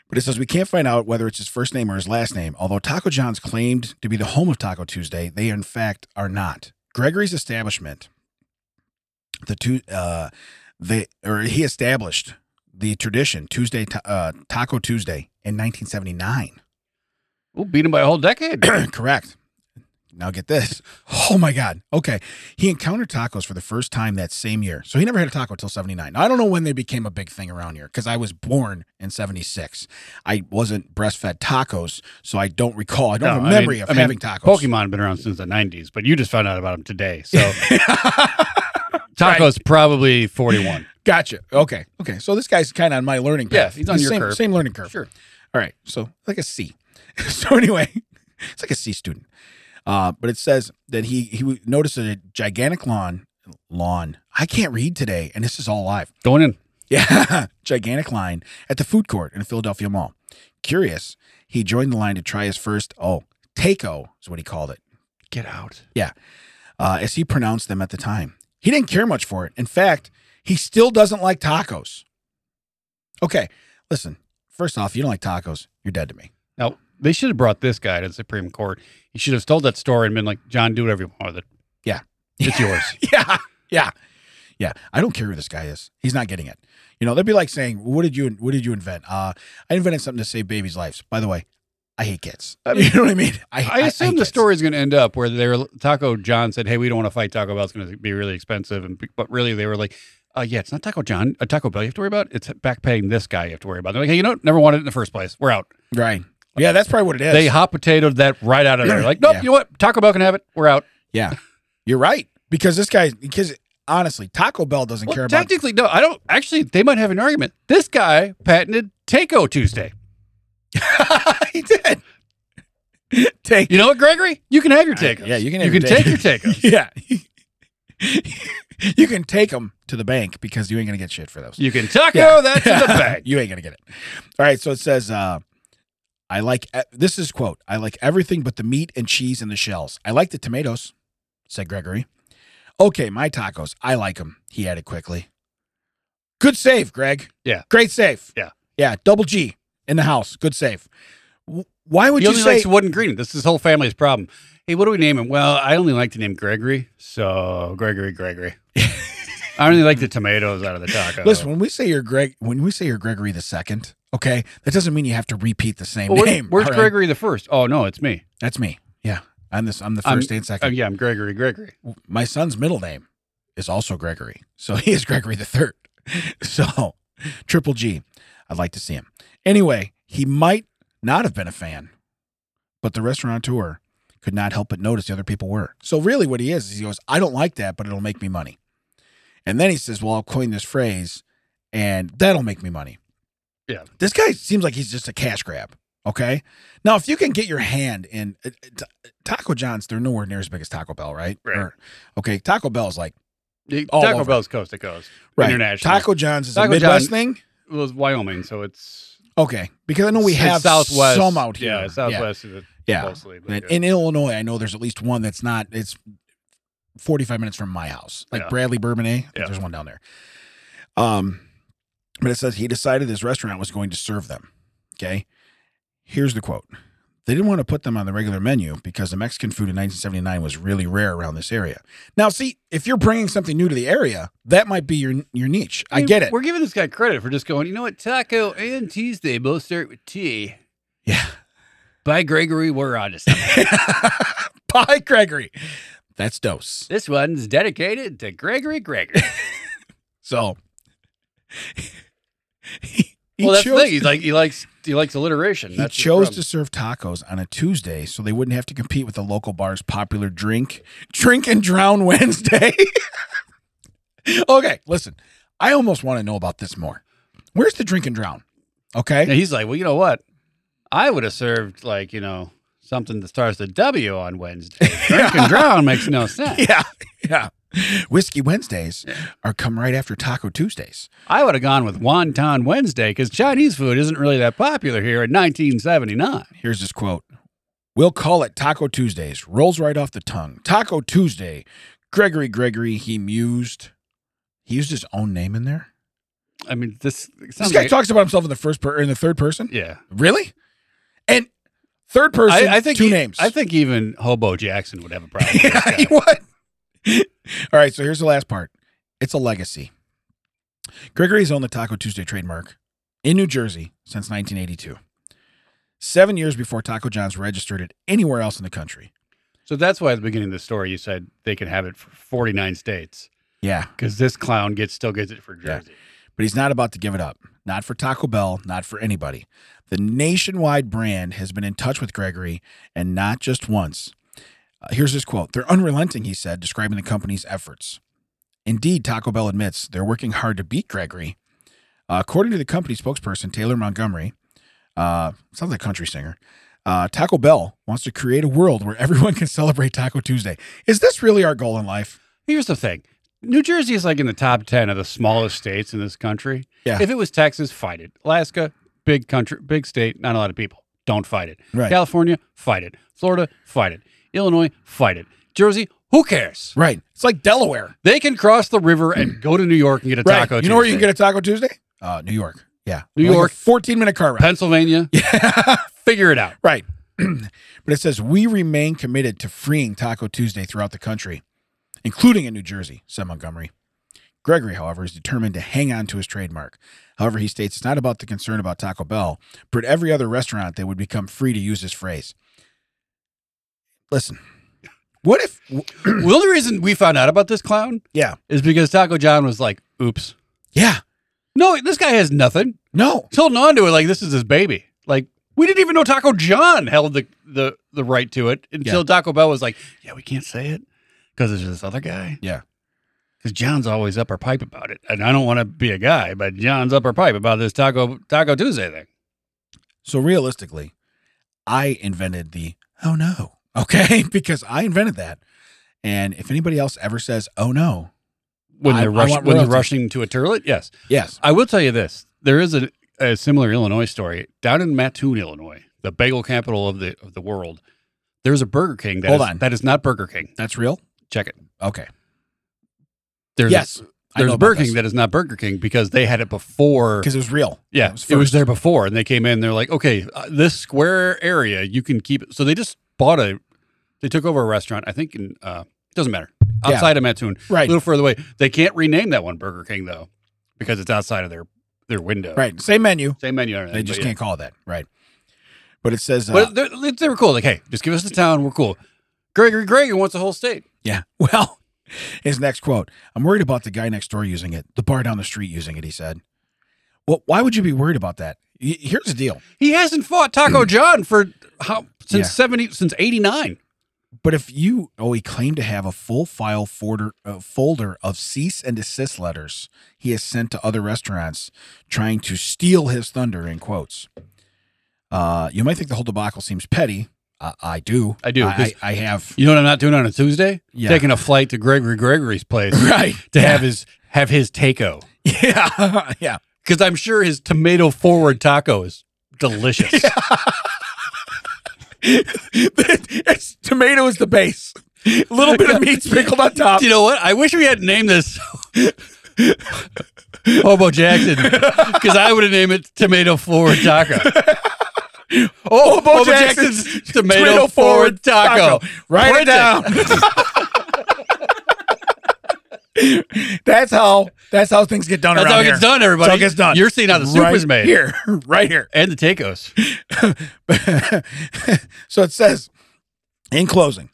S1: But it says we can't find out whether it's his first name or his last name. Although Taco John's claimed to be the home of Taco Tuesday, they in fact are not. Gregory's establishment, the two, uh, they or he established the tradition Tuesday ta- uh, Taco Tuesday in 1979.
S3: We'll beat him by a
S1: [CLEARS THROAT]
S3: whole decade.
S1: Correct. Now get this. Oh my God. Okay. He encountered tacos for the first time that same year. So he never had a taco till 79. Now, I don't know when they became a big thing around here because I was born in 76. I wasn't breastfed tacos. So I don't recall. I don't have
S3: No,
S1: a
S3: mean-
S1: memory of
S3: I mean,
S1: having tacos.
S3: Pokemon have been around since the 90s, but you just found out about them today.
S1: [LAUGHS]
S3: So Taco's probably 41.
S1: Gotcha. Okay. Okay. So this guy's kind of on my learning curve.
S3: Yeah, he's on your
S1: same,
S3: curve.
S1: Same learning curve.
S3: Sure.
S1: All right. So like a C. [LAUGHS] so anyway, [LAUGHS] it's like a C student. Uh, but it says that he he noticed a gigantic lawn lawn. I can't read today, and this is all live. [LAUGHS]
S3: Going in.
S1: Yeah, gigantic line at the food court in a Philadelphia mall. Curious, he joined the line to try his first, oh, taco is what he called it,
S3: Get out.
S1: uh, as he pronounced them at the time. He didn't care much for it. In fact, he still doesn't like tacos. Okay, listen, first off, you don't like tacos, you're dead to me.
S3: Now, they should have brought this guy to the Supreme Court. He should have told that story and been like, John, do whatever you want with it.
S1: Yeah.
S3: It's yours.
S1: [LAUGHS] Yeah, yeah, yeah. I don't care who this guy is. He's not getting it. You know, that'd be like saying, "What did you? What did you invent?" Uh, I invented something to save babies' lives. By the way, I hate kids. [LAUGHS] you know what I mean?
S3: I assume
S1: hate
S3: the
S1: kids.
S3: story is going to end up where they were Taco John said, "Hey, we don't want to fight Taco Bell. It's going to be really expensive." And but really, they were like, uh, "Yeah, it's not Taco John, uh, Taco Bell. You have to worry about it's back paying this guy. You have to worry about." They're like, "Hey, you know, never wanted it in the first place. We're out."
S1: Right. Yeah, that's probably what it is.
S3: They hot potatoed that right out
S1: [CLEARS THROAT]
S3: of there. Like, nope.
S1: Yeah.
S3: You know what? Taco Bell can have it. We're out.
S1: yeah. You're right. Because this guy, because honestly, Taco Bell doesn't
S3: Well,
S1: care about.
S3: technically, no. I don't. Actually, they might have an argument. This guy patented Taco Tuesday.
S1: [LAUGHS] he did. Take.
S3: You know what, Gregory? You can have your tacos.
S1: yeah, you can
S3: You
S1: have
S3: can
S1: your
S3: take your
S1: tacos.
S3: tacos.
S1: Yeah. [LAUGHS] you can take them to the bank because you ain't gonna get shit for those.
S3: You
S1: [LAUGHS]
S3: can taco
S1: Yeah.
S3: that to the bag.
S1: you ain't gonna get it. All right, so it says, uh, "I like e- this is quote. I like everything but the meat and cheese and the shells. I like the tomatoes," said Gregory. Okay, my tacos. I like them. He added quickly. Good save, Greg.
S3: Yeah.
S1: great save.
S3: Yeah.
S1: yeah. Double G in the house. Good save. W- Why would
S3: he
S1: you
S3: only
S1: say?
S3: likes wood and green. This is his whole family's problem. Hey, what do we name him? Well, I only like to name Gregory. So Gregory,
S1: [LAUGHS]
S3: Gregory. I only like the tomatoes out of the taco.
S1: Listen, when we say you're Greg, when we say you're Gregory the second, okay, that doesn't mean you have to repeat the same
S3: Well, where-
S1: name.
S3: where's
S1: all right?
S3: Gregory the first? Oh no, it's me.
S1: That's me. Yeah, I'm this. I'm the
S3: I'm-
S1: first and second.
S3: Oh yeah, I'm Gregory, Gregory.
S1: my son's middle name is also Gregory. So [LAUGHS] he is Gregory the third. So triple G. I'd like to see him. Anyway, he might not have been a fan, but the restaurateur could not help but notice the other people were. So really what he is is he goes, I don't like that, but it'll make me money. And then he says, Well, I'll coin this phrase and that'll make me money.
S3: Yeah.
S1: This guy seems like he's just a cash grab. Okay. Now, if you can get your hand in uh, t- Taco John's, they're nowhere near as big as Taco Bell, right?
S3: Right.
S1: okay. Taco Bell's like,
S3: The
S1: All
S3: taco
S1: over.
S3: Bell's coast to coast.
S1: right.
S3: International.
S1: Taco John's is a
S3: Taco
S1: Midwest
S3: John-
S1: thing.
S3: It was Wyoming, so it's
S1: Okay. Because I know we
S3: it's
S1: have
S3: Southwest.
S1: some out here.
S3: Yeah, Southwest is it
S1: Yeah.
S3: mostly. but
S1: And
S3: yeah.
S1: in Illinois, I know there's at least one that's not. It's 45 minutes from my house, like
S3: Yeah.
S1: Bradley Bourbonnais. I think
S3: Yeah.
S1: There's one down there. Um, but it says he decided his restaurant was going to serve them. Okay, here's the quote: They didn't want to put them on the regular menu because the Mexican food in 1979 was really rare around this area. Now, see, if you're bringing something new to the area, that might be your your niche. I
S3: mean,
S1: get it. [LAUGHS]
S3: We're giving this guy credit for just going, you know what, taco and Tuesday both start with T.
S1: Yeah.
S3: By Gregory, we're on to something.
S1: Bye, Gregory. That's dose.
S3: this one's dedicated to Gregory Gregory.
S1: So. he- [LAUGHS] he
S3: well, that's
S1: chose-
S3: the thing. He's like he likes he likes alliteration.
S1: He
S3: That's his
S1: chose to
S3: problem.
S1: serve tacos on a Tuesday so they wouldn't have to compete with the local bar's popular drink, Drink and Drown [LAUGHS] Wednesday. okay, listen, I almost want to know about this more. Where's the Drink and Drown? Okay.
S3: And he's like, well, you know what? I would have served like you know something that starts with W on
S1: [LAUGHS]
S3: Wednesday. Drink and drown makes no
S1: [LAUGHS]
S3: sense.
S1: Yeah. Yeah. Whiskey Wednesdays are come right after Taco Tuesdays.
S3: I would have gone with wonton Wednesday because Chinese food isn't really that popular here in 1979.
S1: Here's this quote We'll call it Taco Tuesdays. Rolls right off the tongue. Taco Tuesday. Gregory Gregory, he mused. He used his own name in there.
S3: I mean, this it
S1: This
S3: sounds
S1: guy
S3: like,
S1: talks about himself in the first per in the third person.
S3: yeah.
S1: Really? And third person,
S3: I, I think
S1: two
S3: e-
S1: names.
S3: I think even Hobo Jackson would have a problem. with this
S1: [LAUGHS] yeah,
S3: guy.
S1: he would. All right, so here's the last part. It's a legacy. Gregory's owned the Taco Tuesday trademark in New Jersey since 1982, seven years before Taco John's registered it anywhere else in the country.
S3: So that's why at the beginning of the story you said they can have it for 49 states
S1: Yeah,
S3: because this clown gets still gets it for
S1: Yeah.
S3: Jersey.
S1: but he's not about to give it up. Not for Taco Bell, not for anybody. The nationwide brand has been in touch with Gregory, and not just once. Uh, here's his quote They're unrelenting, he said, describing the company's efforts. Indeed, Taco Bell admits they're working hard to beat Gregory. Uh, according to the company spokesperson, Taylor Montgomery, uh, sounds like a country singer. Uh, Taco Bell wants to create a world where [LAUGHS] everyone can celebrate Taco Tuesday. Is this really our goal in life?
S3: Here's the thing. New Jersey is like in the top 10 of the smallest states in this country.
S1: Yeah.
S3: If it was Texas, fight it. Alaska, big country, big state, not a lot of people. Don't fight it.
S1: Right.
S3: California, fight it. Florida, fight it. Illinois, fight it. Jersey, who cares?
S1: Right. It's like Delaware.
S3: They can cross the river and go to New York and get a
S1: Right.
S3: taco.
S1: You know where you can
S3: Tuesday.
S1: get a Taco Tuesday? Uh, New York. Yeah.
S3: New
S1: Like a
S3: York.
S1: 14 minute car ride.
S3: Pennsylvania?
S1: [LAUGHS]
S3: Figure it out.
S1: right. [CLEARS THROAT] but it says we remain committed to freeing Taco Tuesday throughout the country, including in New Jersey, said Montgomery. Gregory, however, is determined to hang on to his trademark. However, he states it's not about the concern about Taco Bell, but at every other restaurant they would become free to use this phrase. Listen, what if?
S3: Well, the reason we found out about this clown
S1: Yeah,
S3: is because Taco John was like, oops.
S1: yeah,
S3: No, this guy has nothing.
S1: no,
S3: He's holding on to it like this is his baby. Like we didn't even know Taco John held the the, the right to it until Taco Bell was like, yeah, we can't say it because there's this other guy.
S1: Yeah.
S3: Because John's always up our pipe about it. And I don't want to be a guy, but John's up our pipe about this Taco Taco Tuesday thing.
S1: So realistically, I invented the oh no, okay, [LAUGHS] because I invented that. And if anybody else ever says oh no,
S3: When
S1: I-
S3: they're,
S1: I
S3: rush,
S1: want
S3: when they're
S1: royalties.
S3: rushing to a turlet, yes.
S1: yes,
S3: I will tell you this: there is a, a similar Illinois story down in Mattoon, Illinois, the bagel capital of the of the world. There's a Burger King. that is
S1: Hold on.
S3: that is not Burger King.
S1: that's real.
S3: Check it.
S1: Okay,
S3: There's a-
S1: yes, I
S3: there's
S1: know
S3: a Burger King that is not Burger King because they had it before.
S1: because it was real.
S3: Yeah,
S1: it was,
S3: it was
S1: first.
S3: there before, and they came in. They're like, okay, uh, this square area you can keep it. So they just bought a, they took over a restaurant. I think in uh, doesn't matter
S1: Yeah.
S3: outside of Mattoon, a
S1: right,
S3: little further away. They can't rename that one Burger King though because it's outside of their their window.
S1: right, same menu.
S3: Same menu. and
S1: They
S3: everything,
S1: just
S3: but yeah.
S1: can't call it that, right? But it says, uh,
S3: But they're- they were cool. Like, hey, just give us the town. We're cool. Gregory Gregory wants the whole state.
S1: yeah. [LAUGHS] Well, his next quote: "I'm worried about the guy next door using it, the bar down the street using it." He said, "Well, why would you be worried about that? Y- Here's the deal:
S3: He hasn't
S1: [CLEARS THROAT]
S3: fought Taco John for how since
S1: Yeah.
S3: seventy since eighty nine.
S1: But if you, oh, he claimed to have a full file folder, uh, folder of cease and desist letters he has sent to other restaurants trying to steal his thunder, in quotes. Uh, you might think the whole debacle seems petty. I, I do.
S3: I do, 'cause-
S1: I, I, I have.
S3: You know what I'm not doing on a Tuesday?
S1: Yeah.
S3: Taking a flight to Gregory Gregory's place
S1: [LAUGHS] Right.
S3: to have his have his taco.
S1: [LAUGHS] Yeah. [LAUGHS] yeah.
S3: Because I'm sure his tomato forward taco is
S1: [LAUGHS]
S3: delicious.
S1: it's, tomato is the base. [LAUGHS] A little bit of meat sprinkled on top.
S3: [LAUGHS] You know what? I wish we had
S1: [LAUGHS]
S3: named this Hobo Jackson because I would have named it Tomato Forward Taco.
S1: Oh, Bo,
S3: Hobo Jackson's, tomato, Forward Taco.
S1: Write it
S3: Print [LAUGHS]
S1: down. that's how that's how things get done
S3: That's
S1: around
S3: how it
S1: here.
S3: gets done, everybody.
S1: That's how it gets done.
S3: You're seeing how the soup
S1: right
S3: is made.
S1: here, [LAUGHS] right here.
S3: And
S1: [LAUGHS]
S3: the tacos.
S1: so it says, in closing,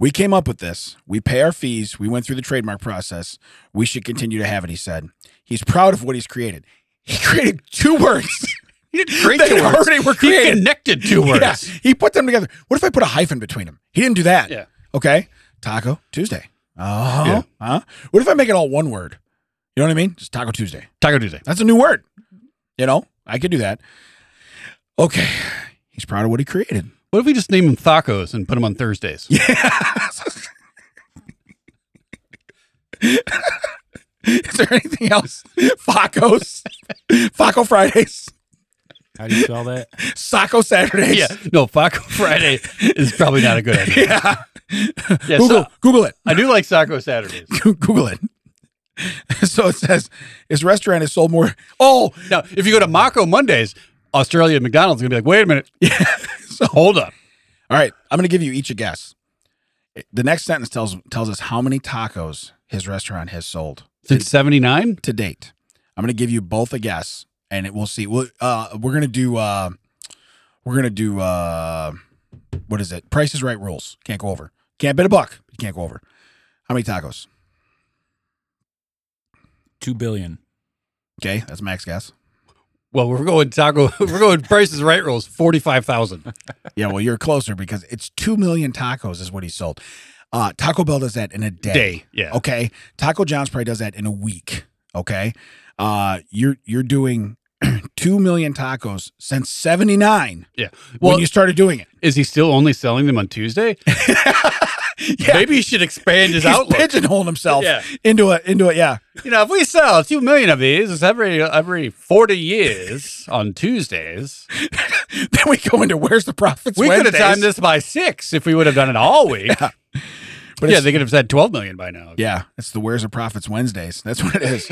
S1: we came up with this. We pay our fees. We went through the trademark process. We should continue to have it. He said. He's proud of what he's created. He created two words.
S3: He didn't create
S1: They
S3: two words.
S1: already were
S3: He
S1: created.
S3: connected two words.
S1: Yeah, he put them together. What if I put a hyphen between them? He didn't do that.
S3: Yeah.
S1: Okay. Taco Tuesday. Uh-huh.
S3: Yeah.
S1: Huh? What if I make it all one word? You know what I mean? Just Taco Tuesday.
S3: Taco Tuesday.
S1: That's a new word. You know, I could do that. Okay. He's proud of what he created.
S3: What if we just name them tacos and put them on Thursdays?
S1: Yeah. [LAUGHS] Is there anything else? Facos, Faco Fridays,
S2: How do you spell that?
S1: Saco Saturdays.
S3: Yeah. No, Taco Friday is probably not a good idea.
S1: Yeah.
S3: [LAUGHS] Yeah,
S1: Google,
S3: so-
S1: Google it.
S3: I do like Taco Saturdays.
S1: Google it. [LAUGHS] so it says his restaurant has sold more. Oh,
S3: Now, if you go to Mako Mondays, Australia McDonald's is gonna be like, wait a [LAUGHS] minute.
S1: So-
S3: Hold up.
S1: all right. I'm going to give you each a guess. The next sentence tells tells us how many tacos his restaurant has sold
S3: Since seventy nine?
S1: to date. I'm gonna give you both a guess, and it, we'll see. We'll, uh, we're gonna do. Uh, we're gonna do. Uh, what is it? Price is Right rules. Can't go over. Can't bet a buck. You can't go over. How many tacos?
S2: Two billion.
S1: Okay, that's max guess.
S3: Well, we're going taco. [LAUGHS] We're going prices right rules. Forty five thousand.
S1: Yeah, well, you're closer because it's two million tacos is what he sold. Uh, Taco Bell does that in a day.
S3: Yeah.
S1: Okay. Taco John's probably does that in a week. Okay. Uh, you're you're doing [CLEARS THROAT] two million tacos since '79
S3: Well,
S1: when you started doing it.
S3: is he still only selling them on [LAUGHS] Tuesday?
S1: Yeah.
S3: Maybe he should [LAUGHS] expand his
S1: He's
S3: outlook.
S1: pigeonholing himself
S3: Yeah.
S1: into a into a yeah. [LAUGHS]
S3: You know, if we sell two million of these every every forty years on Tuesdays,
S1: Then we go into where's the profits?
S3: we could have
S1: Wednesdays.
S3: timed this by six if we would have done it all
S1: [LAUGHS]
S3: week. yeah,
S1: But it's-
S3: they could have said twelve million by now.
S1: Yeah, it's the Where's the Profits Wednesdays. That's what it
S3: [LAUGHS]
S1: is.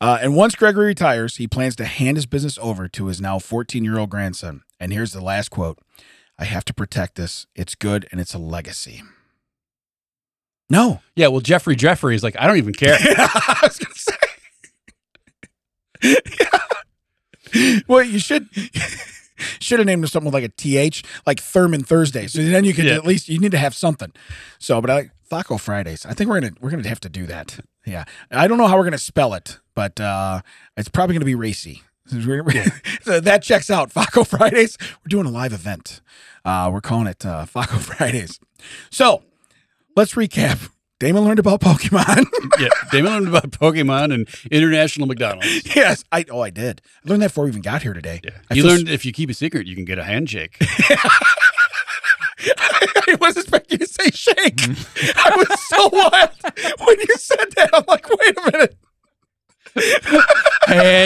S1: uh, and once Gregory retires, he plans to hand his business over to his now 14 year old grandson. And here's the last quote I have to protect this. It's good and it's a legacy. No.
S3: Yeah, well, Jeffrey Jeffrey is like, I don't
S1: [LAUGHS]
S3: even care.
S1: I was going to say. [LAUGHS] Well, you should. [LAUGHS] Should have named it something with like a th, like Thurman Thursday. So then you could
S3: Yeah.
S1: at least you need to have something. So, but I Taco Fridays. I think we're gonna we're gonna have to do that. Yeah, I don't know how we're gonna spell it, but uh it's probably gonna be racy. [LAUGHS] so that checks out. Faco Fridays. We're doing a live event. Uh, we're calling it uh, Faco [LAUGHS] Fridays. So let's recap. Damon learned about Pokemon. [LAUGHS]
S3: yeah, Damon learned about Pokemon and international McDonald's.
S1: [LAUGHS] yes, I oh I did. I learned that before we even got here today.
S3: Yeah.
S1: I
S3: You
S1: feel-
S3: learned if you keep a secret, you can get
S1: [LAUGHS]
S3: a handshake.
S1: I was expecting you to say shake.
S3: Mm-hmm.
S1: I was so wild when you said that. I'm like, wait a minute.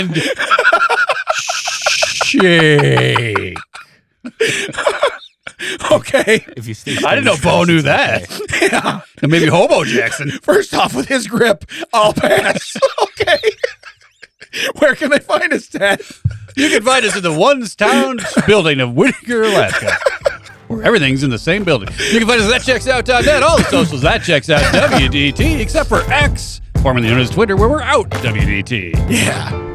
S3: and
S1: [LAUGHS]
S3: shake.
S1: Okay.
S2: If you stay,
S3: I didn't know Bo knew that.
S1: [LAUGHS] Yeah.
S3: And maybe Hobo Jackson.
S1: First off, with his grip, I'll
S3: [LAUGHS]
S1: pass. okay. Where can they find us, Dad?
S3: You can find us in the Onestown building of Whittaker, Alaska. Where everything's in the same building. You can find us at thatchecksout.net, all the socials that checks out WDT, except for X, formerly known as Twitter, where we're out WDT.
S1: Yeah.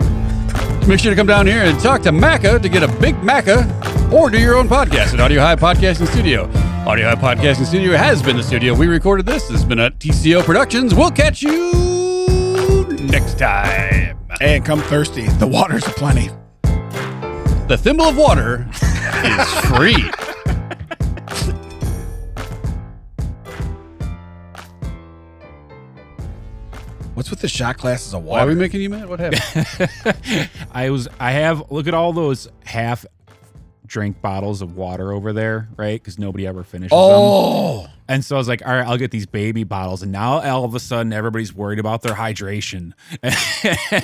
S3: Make sure to come down here and talk to Macca to get a big Macca or do your own podcast at Audio High Podcasting Studio. Audio High Podcasting Studio has been the studio we recorded this. This has been at TCO Productions. We'll catch you next time.
S1: And come thirsty. The water's aplenty.
S3: The thimble of water is [LAUGHS] free.
S1: What's with the shot glasses of
S3: Why are we
S1: water?
S3: making you mad? What happened?
S2: I was. I have. Look at all those half drink bottles of water over there, right? Because nobody ever finishes them.
S1: Oh.
S2: And so I was like, all right, I'll get these baby bottles. And now all of a sudden, everybody's worried about their hydration,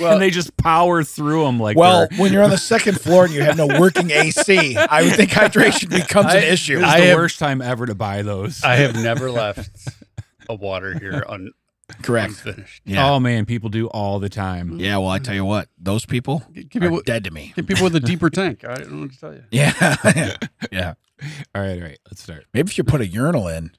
S2: [LAUGHS]
S3: Well-
S2: and they just power through them like
S1: Well,
S2: they're-
S1: when you're on the second floor and you have no working AC, I would think hydration becomes
S3: I-
S1: an issue.
S2: It was
S3: I
S2: the
S3: have-
S2: worst time ever to buy those.
S3: [LAUGHS] I have never left a water here un-
S1: Correct.
S3: unfinished.
S1: Yeah.
S2: Oh man, people do all the
S3: Mm.
S2: time.
S1: Yeah, well, I tell you what, those people
S3: Give me
S1: are
S3: what-
S1: dead to me.
S3: Get people with a deeper tank. I don't know what to tell you.
S1: [LAUGHS] Yeah. yeah.
S2: All right, all right, let's start.
S1: Maybe if you put a urinal in,